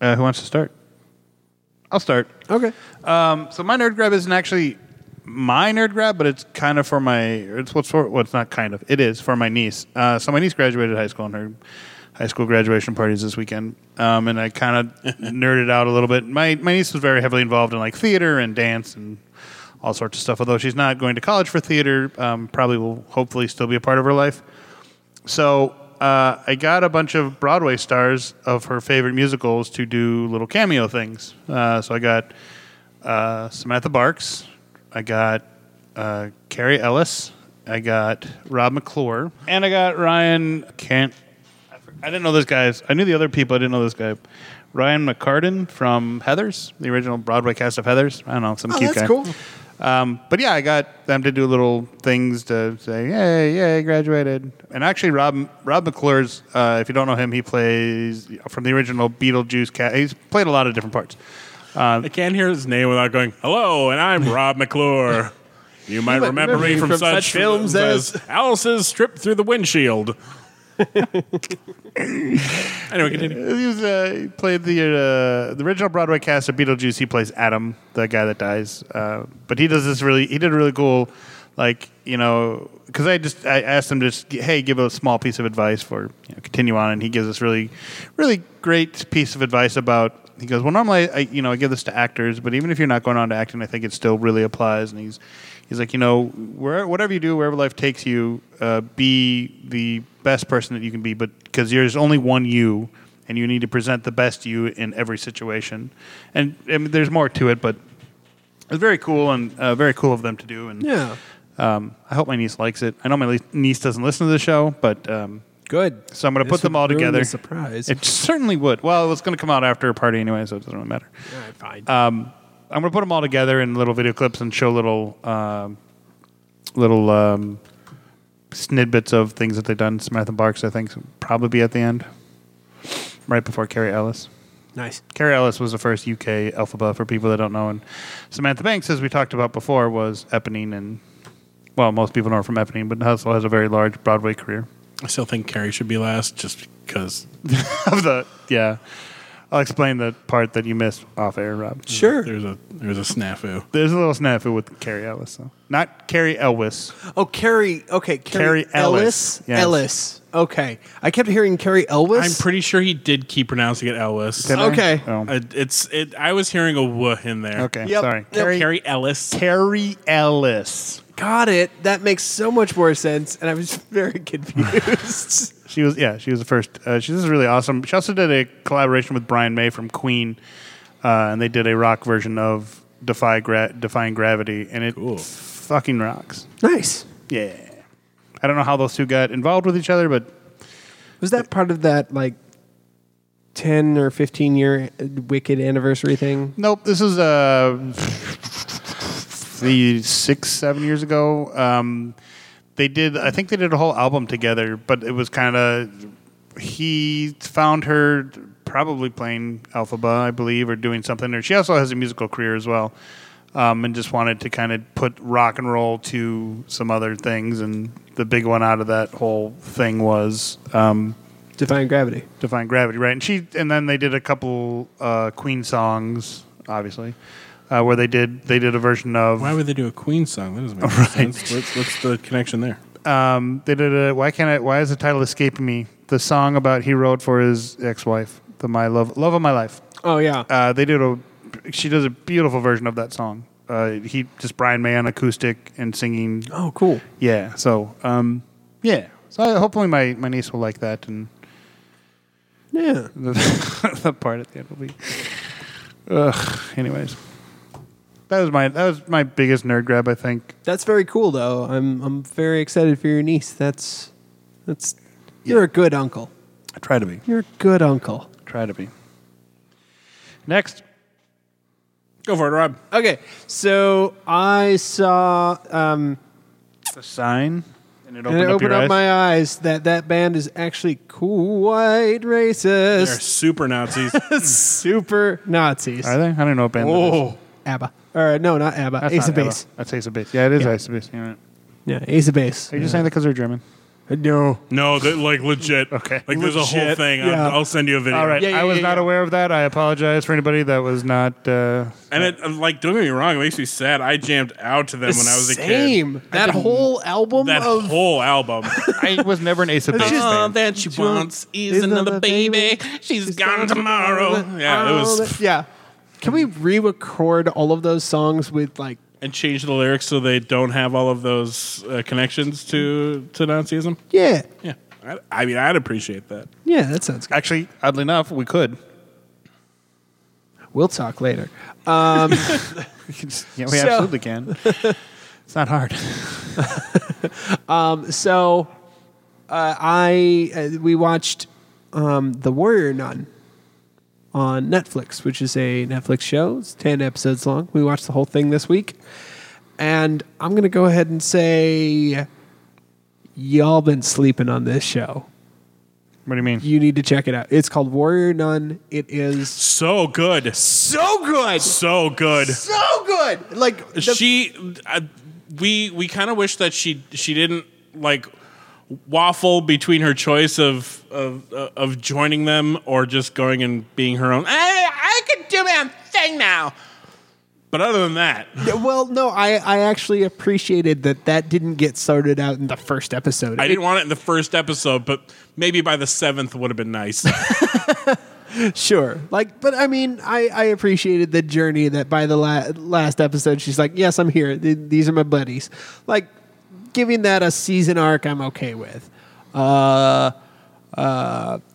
S3: Uh, who wants to start? I'll start.
S4: Okay.
S3: Um, so my nerd grab isn't actually my nerd grab, but it's kind of for my. It's what's for. Well, it's not kind of. It is for my niece. Uh, so my niece graduated high school, and her high school graduation parties this weekend. Um, and I kind of nerded out a little bit. My my niece was very heavily involved in like theater and dance and all sorts of stuff. Although she's not going to college for theater, um, probably will hopefully still be a part of her life. So uh, I got a bunch of Broadway stars of her favorite musicals to do little cameo things. Uh, so I got uh, Samantha Barks, I got uh, Carrie Ellis, I got Rob McClure, and I got Ryan Kent. I for- I didn't know those guys. I knew the other people. I didn't know this guy. Ryan McCartan from Heather's, the original Broadway cast of Heather's. I don't know, some
S4: Oh,
S3: cute
S4: that's
S3: guy.
S4: cool.
S3: Um, but yeah, I got them to do little things to say, "Yay, yay, graduated!" And actually, Rob Rob McClure's, uh, if you don't know him, he plays from the original Beetlejuice. Cat. He's played a lot of different parts.
S5: I can't hear his name without going, "Hello, and I'm Rob McClure." You might remember me from, such, films as Alice's Strip Through the Windshield. anyway, continue.
S3: He was uh, he played the uh, the original Broadway cast of Beetlejuice. He plays Adam, the guy that dies. Uh, but he does this really. He did a really cool, like you know, because I just I asked him just hey, give a small piece of advice for you know, continue on, and he gives us really, really great piece of advice about. He goes, well, normally I you know I give this to actors, but even if you're not going on to acting, I think it still really applies. And he's he's like you know where whatever you do, wherever life takes you, uh, be the best person that you can be, but because there's only one you, and you need to present the best you in every situation. And I mean, there's more to it, but it's very cool and uh, very cool of them to do. And
S4: Yeah.
S3: um, I hope my niece likes it. I know my le- niece doesn't listen to the show, but um,
S4: Good.
S3: so I'm going to put them all together.
S4: surprise.
S3: It certainly would. Well, it's going to come out after a party anyway, so it doesn't really matter. Um,
S4: all right, fine.
S3: I'm going to put them all together in little video clips and show little um, little um, snidbits of things that they've done. Samantha Barks, I think, will probably be at the end, right before Carrie Ellis.
S4: nice.
S3: Carrie Ellis was the first UK Elphaba for people that don't know, and Samantha Banks, as we talked about before, was Eponine, and well, most people know her from Eponine, but also has a very large Broadway career.
S5: I still think Carrie should be last, just because
S3: of the yeah, I'll explain the part that you missed off air, Rob.
S4: Sure.
S5: there's a there's a snafu.
S3: There's a little snafu with Carrie Ellis, though. Not Carrie Elwes.
S4: Oh, Carrie. Okay, Carrie,
S3: Carrie Ellis.
S4: Ellis.
S3: Yes.
S4: Ellis. Okay, I kept hearing Carrie Ellis.
S5: I'm pretty sure he did keep pronouncing it Ellis.
S3: Did I?
S4: Okay.
S3: Oh.
S5: I- it's it. I was hearing a w in there.
S3: okay.
S4: Yep.
S3: Sorry.
S4: Yep.
S5: Carrie, Ellis.
S3: Carrie Ellis.
S4: got it. That makes so much more sense, and I was very confused.
S3: She was yeah. She was the first. Uh, she this is really awesome. She also did a collaboration with Brian May from Queen, uh, and they did a rock version of Defy Gra- Defying Gravity, and it
S5: Cool.
S3: fucking rocks.
S4: nice.
S3: Yeah. I don't know how those two got involved with each other, but
S4: Was that part of that like ten or fifteen year uh, Wicked anniversary thing?
S3: Nope. This is uh, the six, seven years ago. Um, they did. I think they did a whole album together, but it was kind of he found her probably playing Alphaba, I believe, or doing something. Or she also has a musical career as well, um, and just wanted to kind of put rock and roll to some other things. And the big one out of that whole thing was um,
S4: Defying Gravity.
S3: Define Gravity, right? And she, and then they did a couple uh, Queen songs, obviously, uh, where they did they did a version of
S5: Why would they do a Queen song? That doesn't make any sense. What's, what's the connection there?
S3: um, they did a why can't I why is the title escaping me? The song about he wrote for his ex wife, the my love love of my life.
S4: Oh yeah.
S3: Uh, they did a she does a beautiful version of that song. Uh, he just Brian May on acoustic and singing.
S4: oh cool.
S3: Yeah, so um, yeah, so I, hopefully my my niece will like that and.
S4: Yeah.
S3: the, the part at the end will be. Ugh. Anyways, that was my that was my biggest nerd grab. I think.
S4: That's very cool though. I'm I'm very excited for your niece. That's that's you're a good uncle.
S3: I try to be.
S4: You're a good uncle.
S3: Try to be. Next,
S5: Go for it, Rob.
S4: Okay, so I saw um,
S3: the sign, and it
S4: and
S3: opened,
S4: it
S3: up,
S4: opened
S3: your
S4: up
S3: eyes.
S4: my eyes that that band is actually quite
S5: They're
S4: racist,
S5: super Nazis.
S4: super Nazis.
S3: Are they? I don't know what band. That is.
S4: ABBA, or no, not ABBA,
S3: That's
S4: Ace
S3: not
S4: of
S3: ABBA.
S4: Base.
S3: That's Oh, Ace of Base. Yeah, it is Ace of Base. Yeah, right.
S4: Yeah, Ace of Base.
S3: Are you just saying that because they're German?
S4: No,
S5: no, they, like legit.
S3: Okay.
S5: Like there's a whole
S3: Legit,
S5: thing.
S4: yeah.
S5: I'll, I'll send you a video.
S3: All right.
S4: Yeah, yeah,
S3: I was
S4: yeah,
S3: not
S4: yeah.
S3: aware of that. I apologize for anybody that was not. Uh,
S5: And it, like, don't get me wrong, it makes me sad. I jammed out to them when I was a kid.
S4: same. That whole album
S5: That
S4: of
S5: whole album.
S3: I was never an Ace of Base
S5: All
S3: fan.
S5: that she wants is another baby. She's gone tomorrow. Yeah, it was.
S4: yeah. Can we re-record all of those songs with like?
S5: And change the lyrics so they don't have all of those uh, connections to to Nazism.
S4: Yeah,
S5: Yeah, I, I mean, I'd appreciate that.
S4: yeah, that sounds good.
S3: Actually, oddly enough, we could.
S4: We'll talk later.
S3: Yeah, we
S4: So-
S3: absolutely can. It's not hard.
S4: So, uh, I uh, we watched um, The Warrior Nun on Netflix, which is a Netflix show. It's ten episodes long. We watched the whole thing this week, And I'm going to go ahead and say, y'all been sleeping on this show.
S3: What do you mean?
S4: You need to check it out. It's called Warrior Nun. It is
S5: So good.
S4: so good.
S5: So good.
S4: So good. Like, the-
S5: she I, we we kind of wish that she she didn't like waffle between her choice of of uh, of joining them or just going and being her own. I, I could do my own thing now. But other than that,
S4: well, no, I, I actually appreciated that that didn't get sorted out in the first episode.
S5: I didn't want it in the first episode, but maybe by the seventh would have been nice.
S4: Sure. Like, but I mean, I, I appreciated the journey that by the la- last episode, she's like, yes, I'm here. Th- these are my buddies. Like, giving that a season arc, I'm okay with. Uh,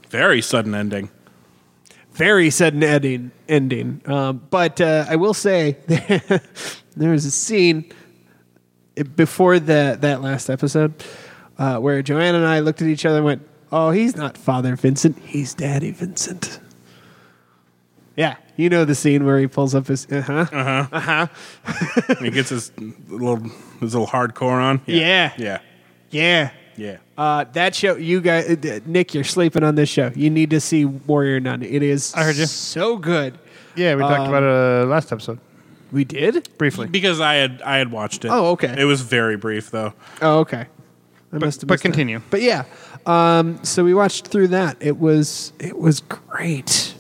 S5: Very sudden ending.
S4: very sudden ending. ending. Um, but uh, I will say, there was a scene eh, before the, that last episode uh, where Joanne and I looked at each other and went, oh, he's not Father Vincent, he's Daddy Vincent. Yeah, you know the scene where he pulls up his uh huh.
S5: And he gets his little his little hardcore on.
S4: Yeah.
S5: yeah,
S4: Yeah.
S5: yeah.
S4: Uh, that show, you guys, uh, uh, Nick, you're sleeping on this show. You need to see Warrior Nun. It is
S7: I heard you.
S4: so good.
S7: Yeah, we talked about it uh, last episode
S4: We did?
S7: briefly.
S5: Because I had I had watched it.
S4: Oh, okay.
S5: It was very brief though.
S4: Oh, okay. I
S7: But,
S4: must have
S7: but
S4: missed that.
S7: continue.
S4: But yeah, um, so we watched through that. It was it was great,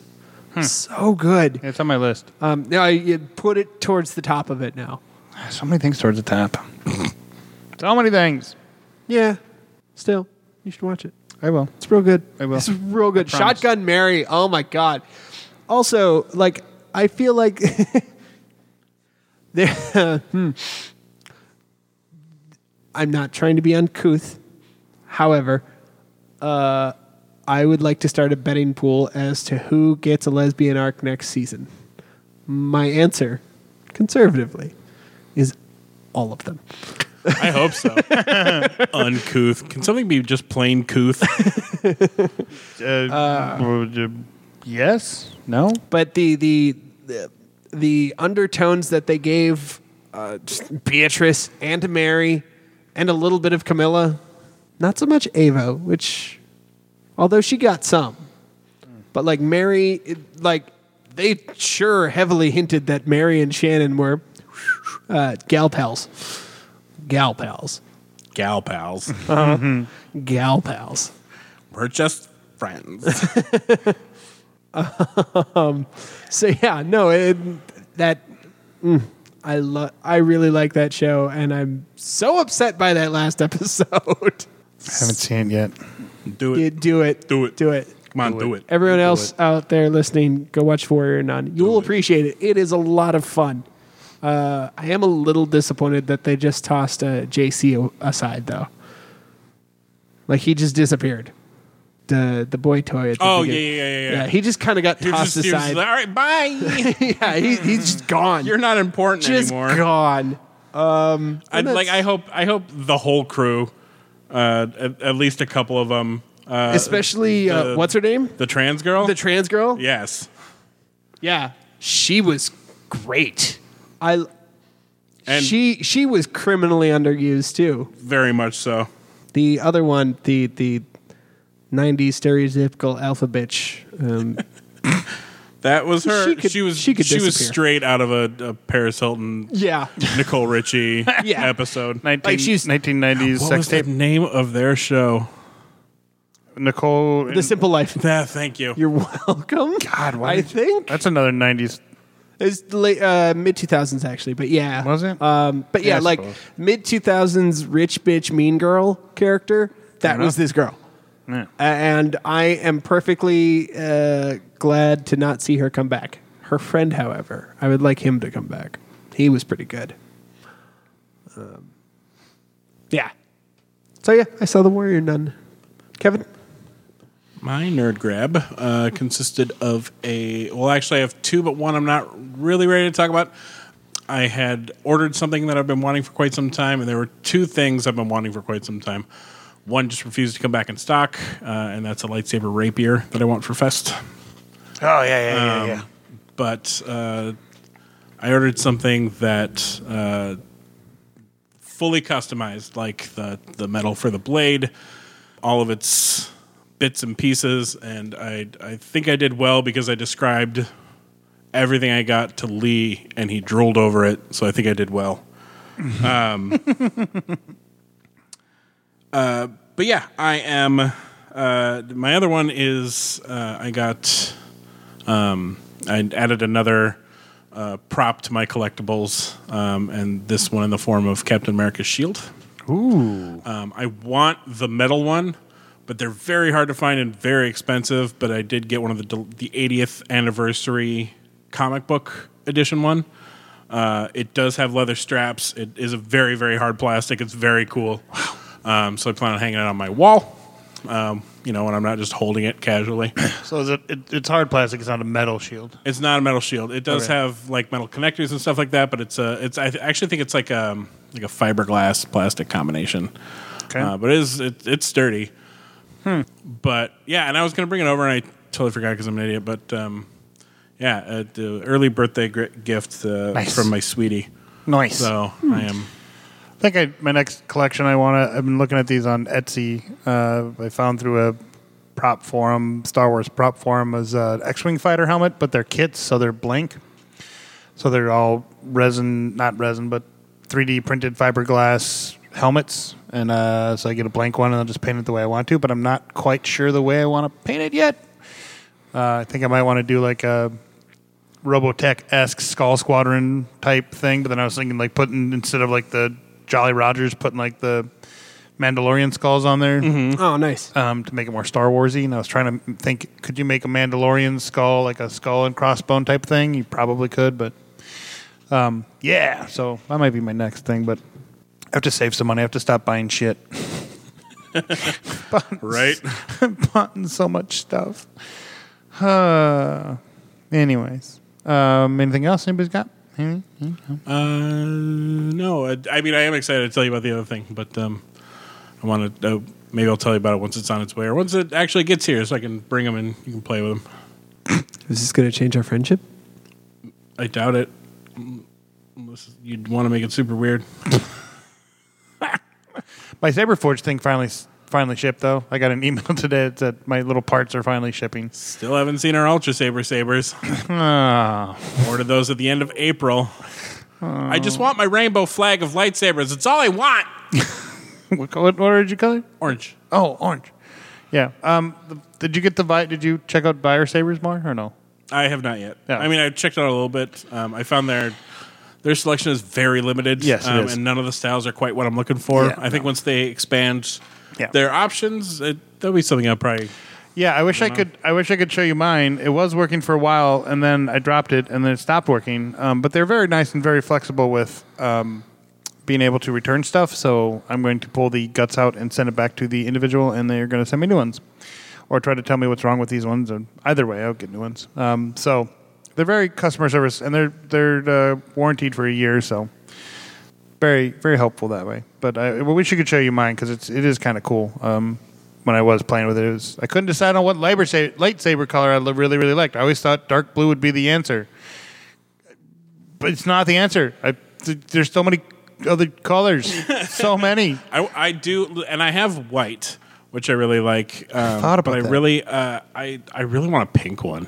S7: Hmm.
S4: so good.
S7: It's on my list.
S4: Um, now I you put it towards the top of it now.
S7: So many things towards the top. so many things.
S4: Yeah, still you should watch it.
S7: I will.
S4: It's real good.
S7: I will.
S4: It's real good.
S7: I promise.
S4: Shotgun Mary. Oh my god. Also, like I feel like there. hmm. I'm not trying to be uncouth. However, uh, I would like to start a betting pool as to who gets a lesbian arc next season. My answer, conservatively, is all of them.
S5: I hope so. Uncouth. Can something be just plain couth?
S7: Uh, yes? No?
S4: but the the the, the undertones that they gave uh, just Beatrice and Mary and a little bit of Camilla, not so much Ava, which although she got some, but like Mary, it, like they sure heavily hinted that Mary and Shannon were uh, gal pals, gal pals,
S5: Gal pals.
S4: gal pals.
S5: We're just friends.
S4: So yeah, no, it, that mm, I love. I really like that show, and I'm so upset by that last episode.
S7: I haven't seen it yet.
S5: Do it.
S4: Yeah, do it,
S5: Do it.
S4: do it.
S5: Come on, do it.
S4: Everyone else out there listening, go watch Warrior Nun. You will appreciate it. It is a lot of fun. Uh, I am a little disappointed that they just tossed uh, JC o- aside, though. Like he just disappeared. The the boy toy. At the
S5: Oh, yeah,
S4: beginning.
S5: yeah, yeah, yeah, yeah.
S4: he just kind of got
S5: You're
S4: tossed
S5: just- you're just
S4: aside.
S5: like, All right, bye.
S4: yeah, he, he's just gone.
S5: You're not important
S4: just
S5: anymore.
S4: gone.
S5: I'd,
S4: that's-
S5: like I hope I hope the whole crew, uh, at, at least a couple of them. Uh,
S4: Especially uh,
S5: the-
S4: what's her name?
S5: the trans girl.
S4: The trans girl.
S5: yes.
S4: Yeah. she was great. I.
S5: And-
S4: she she was criminally underused too.
S5: Very much so.
S4: The other one, the the '90s stereotypical alpha bitch. Um,
S5: That was her.
S4: She
S5: She,
S4: could-
S5: was
S4: she
S5: she,
S4: could
S5: was
S4: disappear.
S5: straight out of a, a Paris Hilton,
S4: yeah,
S5: Nicole Richie
S4: Yeah.
S5: episode.
S7: 19,
S4: Like she's-
S7: 1990s
S5: What
S7: sex
S5: was the
S7: tape.
S5: name of their show?
S7: Nicole.
S4: the simple life.
S5: That. Thank you.
S4: You're welcome. God,
S7: why
S4: I
S7: did-
S4: think
S7: that's another 90s.
S4: It's late uh, mid two thousands actually, but yeah,
S7: Was it?
S4: Um, but yeah,
S7: Yeah, I
S4: like
S7: suppose.
S4: mid two thousands rich bitch mean girl character. That was this girl,
S7: Yeah.
S4: A- and I am perfectly uh, glad to not see her come back. Her friend, however, I would like him to come back. He was pretty good. Um, yeah. So yeah, I saw the warrior nun. Kevin,
S5: My nerd grab uh, consisted of a well, actually, I have two, but one I'm not really ready to talk about. I had ordered something that I've been wanting for quite some time, and there were two things I've been wanting for quite some time. One just refused to come back in stock, uh, and that's a lightsaber rapier that I want for Fest.
S7: Oh, yeah, yeah, yeah, yeah.
S5: But uh, I ordered something that uh, fully customized, like the the metal for the blade, all of its bits and pieces, and I I think I did well because I described everything I got to Lee, and he drooled over it. So I think I did well. Um, uh, but yeah, I am. Uh, my other one is uh, I got. Um, I added another uh, prop to my collectibles, um, and this one in the form of Captain America's shield. Ooh. Um, I want the metal one, but they're very hard to find and very expensive. But I did get one of the del- the 80th anniversary comic book edition one. Uh, it does have leather straps. It is a very, very hard plastic. It's very cool. Um, so I plan on hanging it on my wall, um, you know, when I'm not just holding it casually.
S3: So is it, it, it's hard plastic. It's not a metal shield.
S5: it's not a metal shield. It does have like metal connectors and stuff like that, but it's a, it's, I th- actually think it's like a, like a fiberglass plastic combination.
S3: Okay. Hmm.
S5: Uh, but it is, it, it's sturdy. But yeah, and I was going to bring it over and I totally forgot because I'm an idiot. But um, yeah, uh, the early birthday gr- gift uh,
S3: Nice. Hmm.
S5: from my sweetie.
S3: nice.
S5: So I am.
S3: I think I, my next collection I want to. I've been looking at these on Etsy. Uh, I found through a prop forum, Star Wars prop forum, is an X-wing fighter helmet, but they're kits, so they're blank. So they're all resin, not resin, but 3D printed fiberglass helmets. And uh, so I get a blank one, and I'll just paint it the way I want to. But I'm not quite sure the way I want to paint it yet. Uh, I think I might want to do like a Robotech esque Skull Squadron type thing, but then I was thinking like putting instead of like the Jolly Rogers, putting like the Mandalorian skulls on there
S4: Oh, nice.
S3: um, to make it more Star Warsy. And I was trying to think, could you make a Mandalorian skull like a skull and crossbone type thing? You probably could, but um, yeah. So that might be my next thing, but I have to save some money. I have to stop buying shit.
S5: Right?
S3: I'm buying so much stuff. Uh, anyways, um, anything else anybody's got? Anything?
S5: Uh, no, I, I mean I am excited to tell you about the other thing, but um, I want to. Uh, maybe I'll tell you about it once it's on its way, or once it actually gets here, so I can bring them and you can play with them.
S4: Is this going to change our friendship?
S5: I doubt it. Unless you'd want to make it super weird.
S3: My Saberforge thing finally finally shipped though. I got an email today that said my little parts are finally shipping.
S5: Still haven't seen our Ultra Saber Sabers.
S3: Ah,
S5: Ordered those at the end of April. I just want my rainbow flag of lightsabers. It's all I want.
S3: what, color, what orange color?
S5: Orange.
S3: Oh, orange. Yeah. Um, th- did you get the Vi- Did you check out Buyer Sabers more or no?
S5: I have not yet.
S3: Yeah.
S5: I mean, I checked out a little bit. Um, I found their their selection is very limited.
S3: Yes, it
S5: um,
S3: is.
S5: and none of the styles are quite what I'm looking for.
S3: Yeah,
S5: I think once they expand
S3: Yeah.
S5: their options, it, that'll be something I'll probably.
S3: Yeah, I wish I could. I wish I could show you mine. It was working for a while, and then I dropped it, and then it stopped working. Um, but they're very nice and very flexible with um, being able to return stuff. So I'm going to pull the guts out and send it back to the individual, and they're going to send me new ones, or try to tell me what's wrong with these ones. And either way, I'll get new ones. Um, so they're very customer service, and they're they're uh, warranted for a year. So very very helpful that way. But I, I wish you could show you mine because it's it is kind of cool. Um, when I was playing with it, it was, I couldn't decide on what labor sa- lightsaber color I li- really really liked. I always thought dark blue would be the answer, but it's not the answer. I, th- there's so many other colors, so many.
S5: I, I do, and I have white, which I really like. Um,
S3: Thought about
S5: but I
S3: that.
S5: really, uh, I I really want a pink one.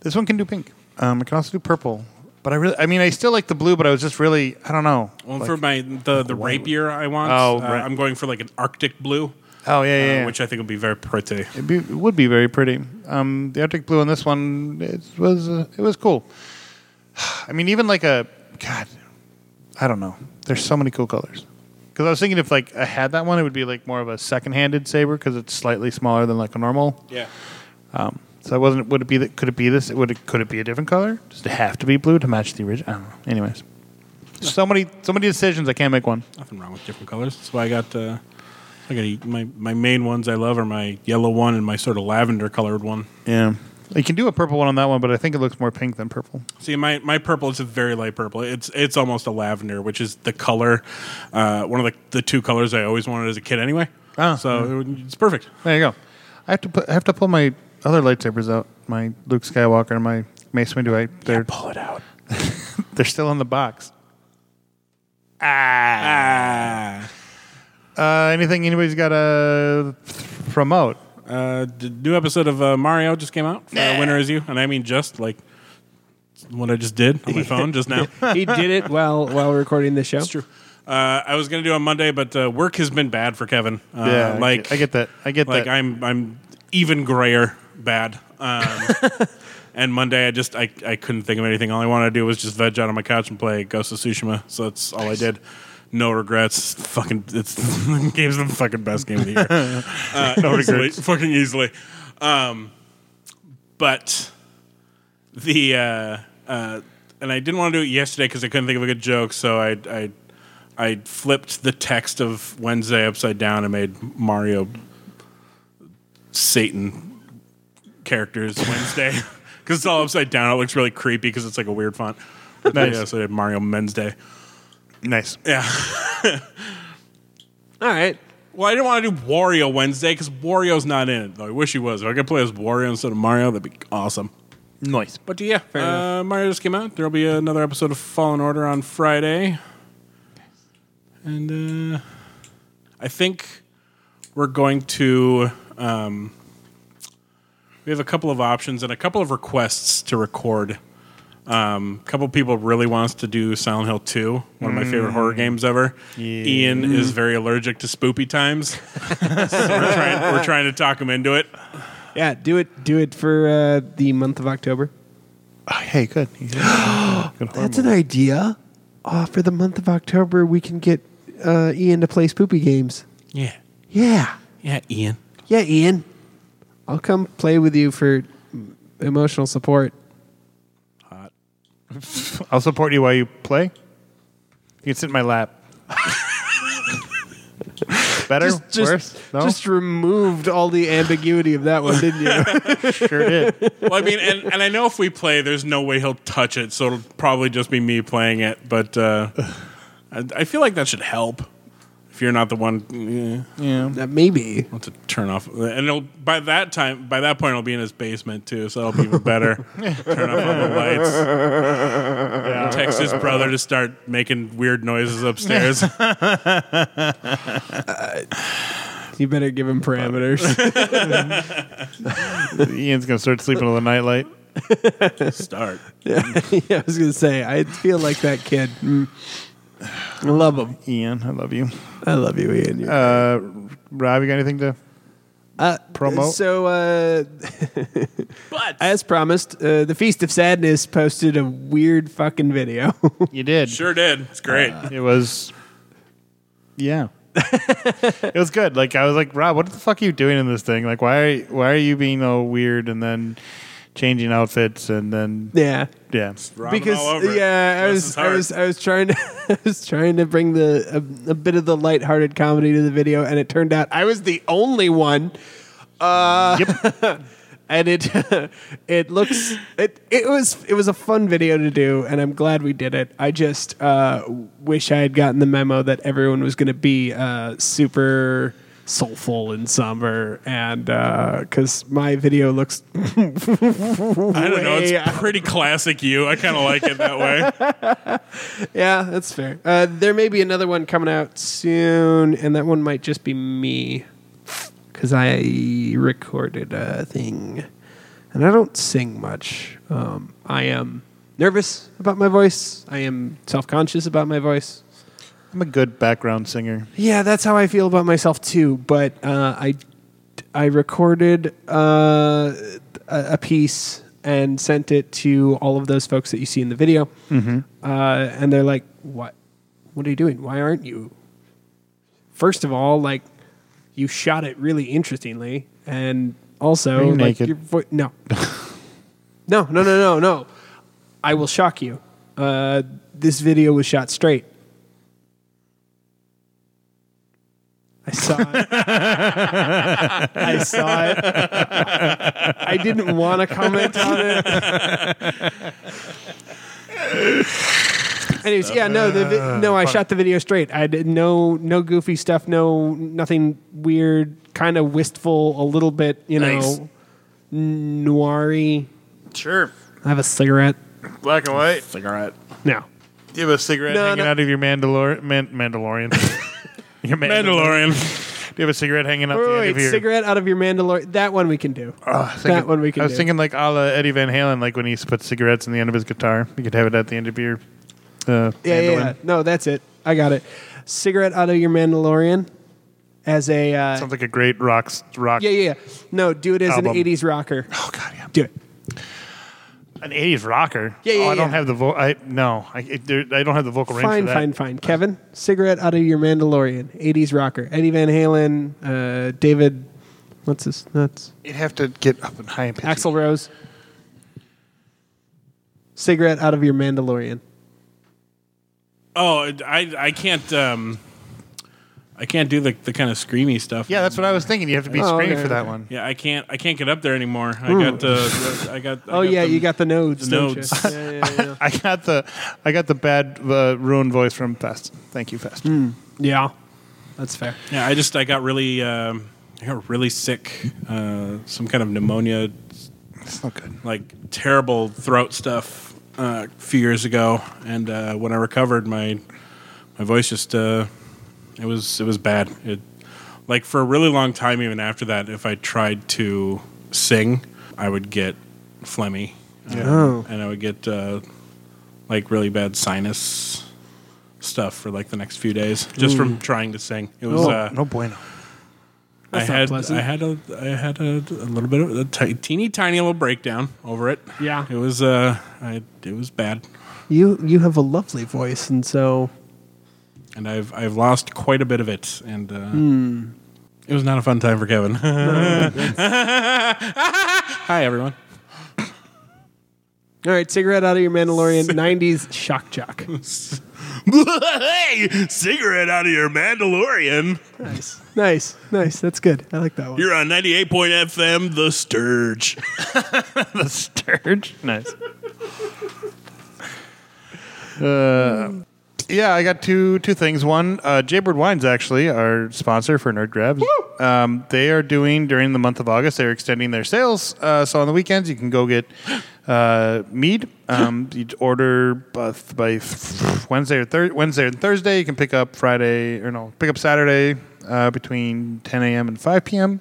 S3: This one can do pink. Um, it can also do purple. But I really, I mean, I still like the blue, but I was just really, I don't know.
S5: Well,
S3: Like-
S5: for my the the rapier I want,
S3: Oh,
S5: uh,
S3: right.
S5: I'm going for like an arctic blue,
S3: oh yeah,
S5: uh,
S3: yeah, yeah.
S5: which I think would be very pretty.
S3: It'd be, it would be very pretty. Um, the Arctic blue on this one it was uh, it was cool. I mean, even like a God, I don't know. There's so many cool colors. Because I was thinking if like I had that one, it would be like more of a second-handed saber because it's slightly smaller than like a normal.
S5: Yeah.
S3: So I wasn't. Would it be that? Could it be this? Would it? Could it be a different color? Does it have to be blue to match the original? I don't know. Anyways, so many so many decisions. I can't make one.
S5: Nothing wrong with different colors. That's why I got uh, I got a, my my main ones I love are my yellow one and my sort of lavender colored one.
S3: Yeah, you can do a purple one on that one, but I think it looks more pink than purple.
S5: See, my my purple is a very light purple. It's it's almost a lavender, which is the color, uh, one of the the two colors I always wanted as a kid anyway.
S3: Ah.
S5: so it- it's perfect.
S3: There you go. I have to put, I have to pull my other lightsabers out. My Luke Skywalker and my Mace Windu. I, they're pull it out. they're still in the box.
S5: Ah.
S3: Uh, anything anybody's got to promote?
S5: Uh, the new episode of uh, Mario just came out. Uh, Winner is you, and I mean just like what I just did on my phone just now.
S4: he did it while while we're recording this show.
S5: It's true. Uh, I was gonna do it on Monday, but uh, work has been bad for Kevin. Uh,
S3: Yeah, I
S5: like
S3: get- I get that. I get
S5: like
S3: that.
S5: I'm I'm even grayer bad. Um, and Monday, I just I, I couldn't think of anything. All I wanted to do was just veg out on my couch and play Ghost of Tsushima. So that's all I did. No regrets. Fucking, it's the game's the fucking best game of the year. Uh, no regrets, fucking easily. Um, but the uh, uh, and I didn't want to do it yesterday because I couldn't think of a good joke, so I I I flipped the text of Wednesday upside down and made Mario Satan characters Wednesday because it's all upside down. It looks really creepy because it's like a weird font.
S3: Nice.
S5: Yeah, so I did Mario Men's Day.
S3: Nice.
S5: Yeah.
S4: All right.
S5: Well, I didn't want to do Wario Wednesday because Wario's not in it. Though I wish he was. If I could play as Wario instead of Mario, that'd be awesome.
S3: Nice.
S5: But yeah, uh, Mario just came out. There'll be another episode of Fallen Order on Friday, and uh, I think we're going to. Um, we have a couple of options and a couple of requests to record. Um, a couple people really wants to do Silent Hill 2, one of my favorite horror games ever. Ian is very allergic to spoopy times. so we're, trying, we're trying to talk him into it.
S4: Yeah, do it. Do it for uh, the month of October.
S3: Uh, Hey, good.
S4: That's an idea. Oh, for the month of October, we can get uh, Ian to play spoopy games.
S5: Yeah.
S4: Yeah,
S5: Yeah, Ian.
S4: yeah, Ian. I'll come play with you for emotional support.
S3: I'll support you while you play. You can sit in my lap. Better? Worse? No?
S4: just removed all the ambiguity of that one, didn't you?
S3: sure did.
S5: well, I mean, and, and I know if we play, there's no way he'll touch it, so it'll probably just be me playing it. But uh, I, I feel like that should help. If you're not the one, yeah,
S4: Uh, Maybe.
S5: want to turn off, and it'll, by that time, by that point, it'll be in his basement too, so it'll be even better. turn off all the lights. Text his brother to start making weird noises upstairs.
S4: You better give him parameters.
S3: Ian's going to start sleeping with a nightlight.
S5: start.
S4: yeah, I was gonna say. I feel like that kid. Mm. I love him.
S3: Ian, I love you.
S4: I love you, Ian. You're-
S3: Uh, Rob, you got anything to
S4: Uh,
S3: promote?
S4: So, uh,
S5: But
S4: as promised, uh, the Feast of Sadness posted a weird fucking video.
S3: You did.
S5: sure did. It's great.
S3: It was. Yeah. it was good. Like I was like, Rob, what the fuck are you doing in this thing? Like, why are why are you being all weird and then changing outfits and then
S4: yeah,
S3: yeah,
S5: Robin
S4: because
S5: all over.
S4: yeah, I
S5: Bless
S4: was
S5: his
S4: I
S5: heart.
S4: was I was trying to I was trying to bring the a, a bit of the lighthearted comedy to the video, and it turned out I was the only one. Uh, and it it looks it it was it was a fun video to do, and I'm glad we did it. I just uh, wish I had gotten the memo that everyone was going to be uh, super soulful and somber, and because my video looks
S5: I don't know.
S4: way
S5: It's
S4: out.
S5: pretty classic. You. I kind of like it that way.
S4: Yeah, that's fair. Uh, there may be another one coming out soon, and that one might just be me because I recorded a thing, and I don't sing much. Um, I am nervous about my voice. I am self-conscious about my voice.
S3: I'm a good background singer.
S4: Yeah, that's how I feel about myself too. But uh, I, I recorded uh, a, a piece and sent it to all of those folks that you see in the video, mm-hmm. uh, and they're like, "What? What are you doing? Why aren't you?" First of all, like, you shot it really interestingly, and also
S3: you
S4: like
S3: naked?
S4: your vo- no, no, no, no, no, no. I will shock you. Uh, this video was shot straight. I saw it. I saw it. I didn't want to comment on it. Anyways, yeah, no, the vi- no, I shot the video straight. I did no no goofy stuff, no nothing weird, kind of wistful, a little bit, you
S3: Nice.
S4: know, noiry.
S3: Sure,
S4: I have a cigarette.
S3: black and white.
S4: No.
S3: You have a cigarette
S4: No,
S3: hanging
S4: no.
S3: out of your Mandalor- man- Mandalorian. Your
S5: Mandalorian.
S3: Do you have a cigarette hanging out
S4: Wait,
S3: the end
S4: wait,
S3: of your? Uh,
S4: cigarette out of your Mandalorian. That one we can do. that one we can
S3: Ah, I was
S4: do.
S3: thinking like a la Eddie Van Halen, like when he puts cigarettes in the end of his guitar. You could have it at the end of your. Uh,
S4: yeah, yeah,
S3: mandolin.
S4: yeah. No, that's it. I got it. Cigarette out of your Mandalorian as a. Uh,
S3: Sounds like a great rock. s- rock
S4: yeah, yeah. yeah. No, do it as
S3: Album.
S4: an 80s rocker.
S3: Oh god, yeah.
S4: Do it.
S3: An '80s rocker.
S4: Yeah,
S3: oh,
S4: yeah,
S3: I don't
S4: yeah.
S3: have the vo- I no. I it, there, I don't have the vocal range for
S4: Fine,
S3: that.
S4: fine, fine. Kevin, cigarette out of your Mandalorian. 80s rocker. Eddie Van Halen, uh, David. What's his nuts?
S3: You'd have to get up and high and pitchy.
S4: Axl Rose. Cigarette out of your Mandalorian.
S5: Oh, I I can't um, I can't do the the kind of screamy stuff.
S3: Yeah, that's what I was thinking. You have to be
S4: Oh,
S3: screaming
S4: okay,
S3: for that
S4: okay.
S3: one.
S5: Yeah, I can't. I can't get up there anymore. I got. Uh, I got. I
S4: Hmm. Oh, yeah, you got the nodes.
S5: the
S4: don't
S5: nodes.
S4: You? Yeah, yeah, yeah.
S3: I got the I got the bad uh, ruined voice from Fest. Thank you, Fest.
S4: Hmm. yeah. That's fair.
S5: Yeah, I just. I got really. Um, I got really sick. Uh, some kind of pneumonia,
S3: It's not good.
S5: like terrible throat stuff, uh, a few years ago. And uh, when I recovered, my my voice just. Uh, it was. It was bad. It like for a really long time. Even after that, if I tried to sing, I would get phlegmy. Yeah.
S4: Oh.
S5: and I would get uh, like really bad sinus stuff for like the next few days just from trying to sing. It was uh,
S3: No bueno.
S5: I
S4: not
S5: had
S4: pleasant.
S5: I had a I had a, a little bit of a ti- teeny tiny little breakdown over it.
S4: Yeah.
S5: it was uh I, it was bad,
S4: You you have a lovely voice, and so
S5: and I've I've lost quite a bit of it, and uh,
S4: Hmm.
S5: it was not a fun time for Kevin. Hi everyone.
S4: all right. Cigarette out of your Mandalorian. '90s shock jock.
S5: hey, cigarette out of your Mandalorian.
S4: Nice, nice, nice. That's good. I like that one.
S5: You're on 98 point FM, The Sturge.
S3: The Sturge. Nice. uh, yeah, I got two two things. One, uh, Jaybird Wines actually our sponsor for Nerd Grabs. Um, they are doing during the month of August. They're extending their sales. Uh, so on the weekends, you can go get uh, mead. Um, you order uh, th- by th- Wednesday or thir- Wednesday and Thursday. You can pick up Friday or no, pick up Saturday uh, between 10 a.m. and 5 p.m.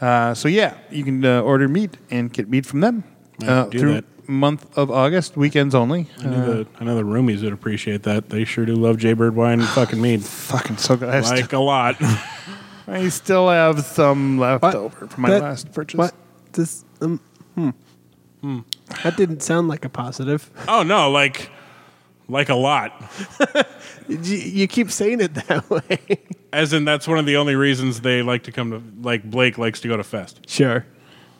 S3: Uh, so yeah, you can uh, order meat and get meat from them uh,
S5: do
S3: through
S5: that.
S3: month of August, weekends only. Uh,
S5: I know, the, I know the roomies would appreciate that. They sure do love Jaybird wine and fucking mead.
S3: Fucking so good. I,
S5: Like
S3: st-
S5: a lot.
S3: I still have some left
S4: What?
S3: over from my
S4: That-
S3: last purchase.
S4: What? This? Um, hmm. That didn't sound like a positive.
S5: oh, no, like like a lot.
S4: You, you keep saying it that way.
S5: As in, that's one of the only reasons they like to come to, like, Blake likes to go to Fest.
S4: Sure.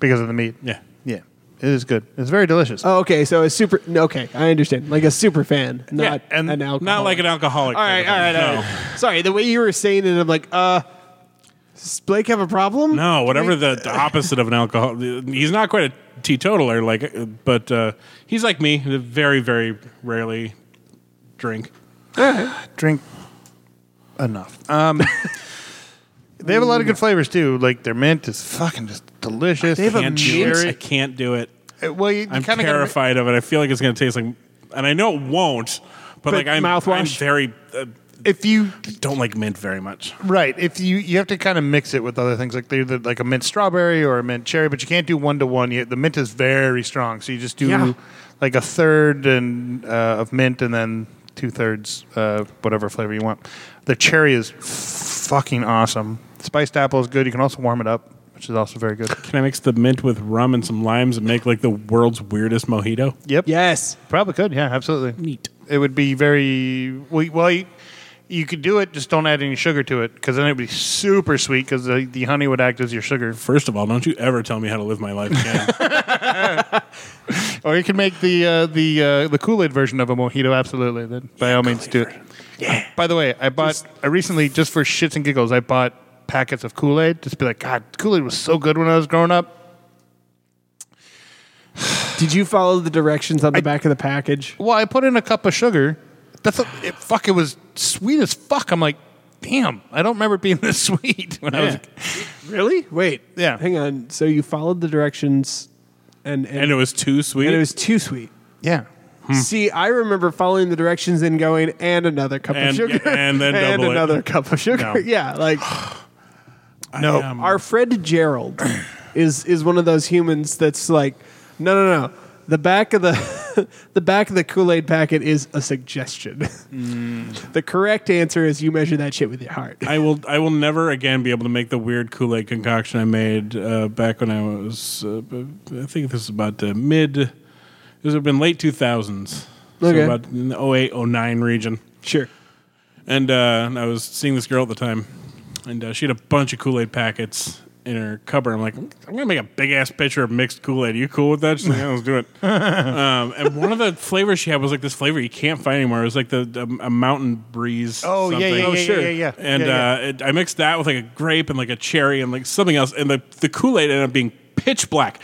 S3: Because of the meat.
S5: Yeah.
S3: Yeah. It is good. It's very delicious.
S4: Oh, okay. So a super. no, Okay, I understand. Like a super fan, not
S5: yeah, and
S4: an alcoholic.
S5: Not like an alcoholic.
S4: All right, all right, all
S5: no.
S4: right. Sorry, the way you were saying it, I'm like, uh, does Blake have a problem?
S5: No, whatever the, the opposite of an alcohol. He's not quite a teetotaler, like, uh, but uh, he's like me, very, very rarely drink.
S3: drink enough. Um, they have a lot of good flavors too. Like their mint is fucking just delicious. They
S4: have a
S5: Can't do it. I can't do it.
S3: Well, you, you
S5: I'm
S3: kinda gotta-
S5: terrified of it. I feel like it's going to taste like, and I know it won't, but, like I'm, I'm
S4: mouthwash?
S5: very uh,
S3: if you
S5: don't like mint very much.
S3: Right. If you you have to kind of mix it with other things, like they're the, like a mint strawberry or a mint cherry, but you can't do one to one. You- The mint is very strong, so you just do
S4: Yeah.
S3: like a third and uh, of mint, and then two thirds uh, whatever flavor you want. The cherry is fucking awesome. Spiced apple is good. You can also warm it up, which is also very good.
S5: Can I mix the mint with rum and some limes and make like the world's weirdest mojito?
S3: Yep.
S4: Yes.
S3: Probably could. Yeah. Absolutely. Neat. It would be very well. well you, you could do it, just don't add any sugar to it, because then it would be super sweet. Because the, the honey would act as your sugar.
S5: First of all, don't you ever tell me how to live my life again.
S3: Or you can make the uh, the uh, the Kool Aid version of a mojito. Absolutely, then by all means do it. Yeah. By the way, I bought I recently just for shits and giggles I bought packets of Kool Aid. Just be like, God, Kool Aid was so good when I was growing up.
S4: Did you follow the directions on the back of the package?
S3: Well, I put in a cup of sugar. That's a, it, fuck. It was sweet as fuck. I'm like, damn, I don't remember it being this sweet when I was.
S4: Really? Wait.
S3: Yeah.
S4: Hang on. So you followed the directions, and and,
S5: and it was too sweet.
S4: and it was too sweet.
S3: Yeah.
S5: Hmm.
S4: See, I remember following the directions and going, and another cup
S5: And-
S4: of sugar,
S5: and then double it.
S4: another cup of sugar.
S5: No.
S4: Yeah, like
S5: No,
S4: our friend Gerald is is one of those humans that's like, no, no, no. The back of the the back of the Kool Aid packet is a suggestion. The correct answer is you measure that shit with your heart.
S5: Mm. I will. I will never again be able to make the weird Kool Aid concoction I made uh, back when I was. Uh, b- I think this was about uh, mid. This would have been late two thousands.
S4: Okay.
S5: So about in the 08, 09 region,
S4: Sure.
S5: and, uh, and I was seeing this girl at the time, and uh, she had a bunch of Kool Aid packets in her cupboard. I'm like, I'm gonna make a big ass picture of mixed Kool Aid. You cool with that? She's like, yeah, let's do it. um, and one of the flavors she had was like this flavor you can't find anymore. It was like the, the a mountain breeze.
S3: Oh, yeah, yeah,
S5: something.
S3: yeah, Oh, yeah, sure. yeah, yeah.
S5: And
S3: Yeah, yeah.
S5: uh, it, I mixed that with like a grape and like a cherry and like something else, and the the Kool Aid ended up being pitch black.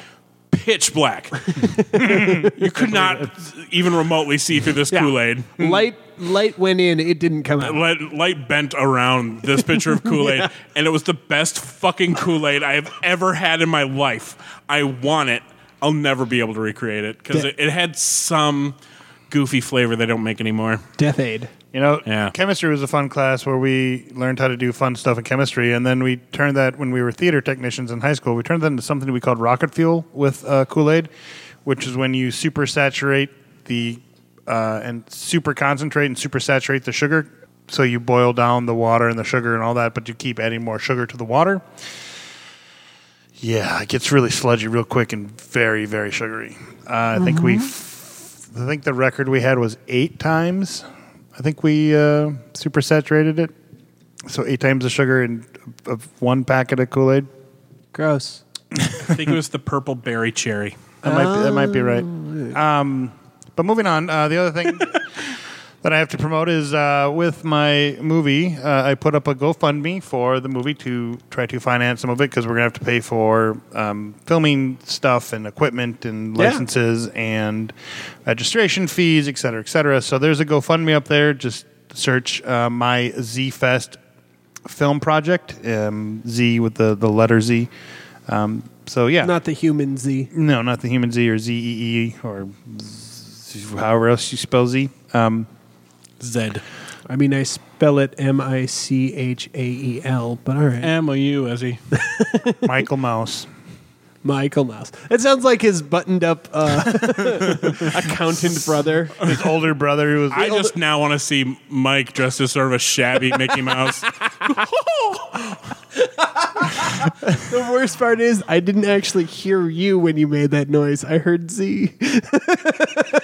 S5: Pitch black. you could not even remotely see through this Kool Aid.
S4: Light light went in, it didn't come out.
S5: Light, light bent around this picture of Kool Aid, and it was the best fucking Kool Aid I have ever had in my life. I want it. I'll never be able to recreate it because
S4: Yeah.
S5: it, it had some goofy flavor they don't make anymore.
S4: Death Aid.
S3: You know,
S5: Yeah.
S3: chemistry was a fun class where we learned how to do fun stuff in chemistry, and then we turned that when we were theater technicians in high school. We turned that into something we called rocket fuel with uh, Kool Aid, which is when you super saturate the uh, and super concentrate and super saturate the sugar. So you boil down the water and the sugar and all that, but you keep adding more sugar to the water. Yeah, it gets really sludgy real quick and very very sugary. Uh, I think we, f- I think the record we had was eight times. I think we uh, supersaturated it, so eight times the sugar in of one packet of Kool Aid.
S4: Gross.
S5: I think it was the purple berry cherry.
S3: That might be, that might be right. Um, but moving on, uh, the other thing that I have to promote is uh, with my movie, uh, I put up a GoFundMe for the movie to try to finance some of it because we're gonna have to pay for um, filming stuff and equipment and
S4: Yeah.
S3: licenses and registration fees, et cetera, et cetera. So there's a GoFundMe up there. Just search uh, my Z Fest film project, um, Z with the the letter Z. Um, so
S5: Uh,
S3: yeah,
S4: Not the human Z.
S3: no, not the human Z or Z E E or z- however else you spell Z. Um,
S5: Zed.
S4: I mean I spell it M I C H A E L, but all right.
S5: M O U as he.
S3: Michael Mouse.
S4: Michael Mouse. It sounds like his buttoned up uh, accountant brother.
S3: His older brother who was.
S5: I just now want to see Mike dressed as sort of a shabby Mickey Mouse.
S4: The worst part is I didn't actually hear you when you made that noise. I heard Z.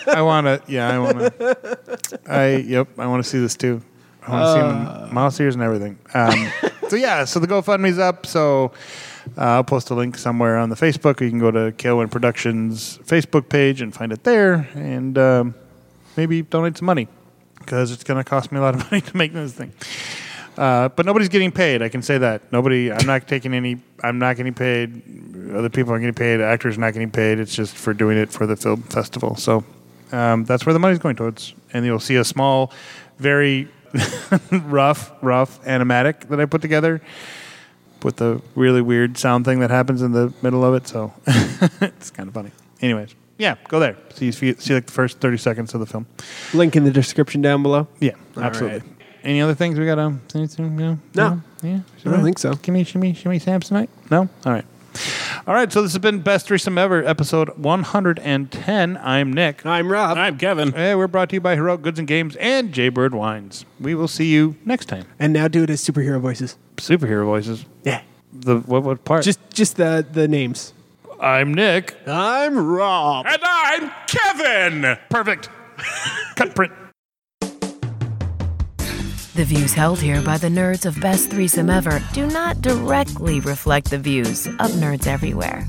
S3: I want to. Yeah, I want to. I yep. I want to see this too. I want to see him in mouse ears and everything. Um, so yeah. So the GoFundMe's up. So uh, I'll post a link somewhere on the Facebook. You can go to KON Productions Facebook page and find it there, and um, maybe donate some money because it's going to cost me a lot of money to make this thing. Uh, but nobody's getting paid. I can say that. Nobody. I'm not taking any. I'm not getting paid. Other people aren't getting paid. Actors are not getting paid. It's just for doing it for the film festival. So um, that's where the money's going towards. And you'll see a small, very rough, rough animatic that I put together with the really weird sound thing that happens in the middle of it. So it's kind of funny. Anyways, yeah, go there. See see like the first 30 seconds of the film.
S4: Link in the description down below.
S3: Yeah,
S4: All
S3: absolutely.
S4: right.
S3: Any other things we got? Um, anything, no,
S4: No.
S3: yeah.
S4: I don't think so.
S3: Gimme, shimmy, shimmy, Samsonite. No, all right, all right. So this has been best threesome ever, episode one hundred and ten. I'm Nick.
S4: I'm Rob.
S5: I'm Kevin.
S3: Hey, we're brought to you by Heroic Goods and Games and Jaybird Wines. We will see you next time.
S4: And now do it as superhero voices.
S3: Superhero voices.
S4: Yeah.
S3: The what? What part?
S4: Just just the the names.
S3: I'm Nick.
S4: I'm Rob.
S5: And I'm Kevin.
S3: Perfect. Cut print.
S2: The views held here by the nerds of Best Threesome Ever do not directly reflect the views of nerds everywhere.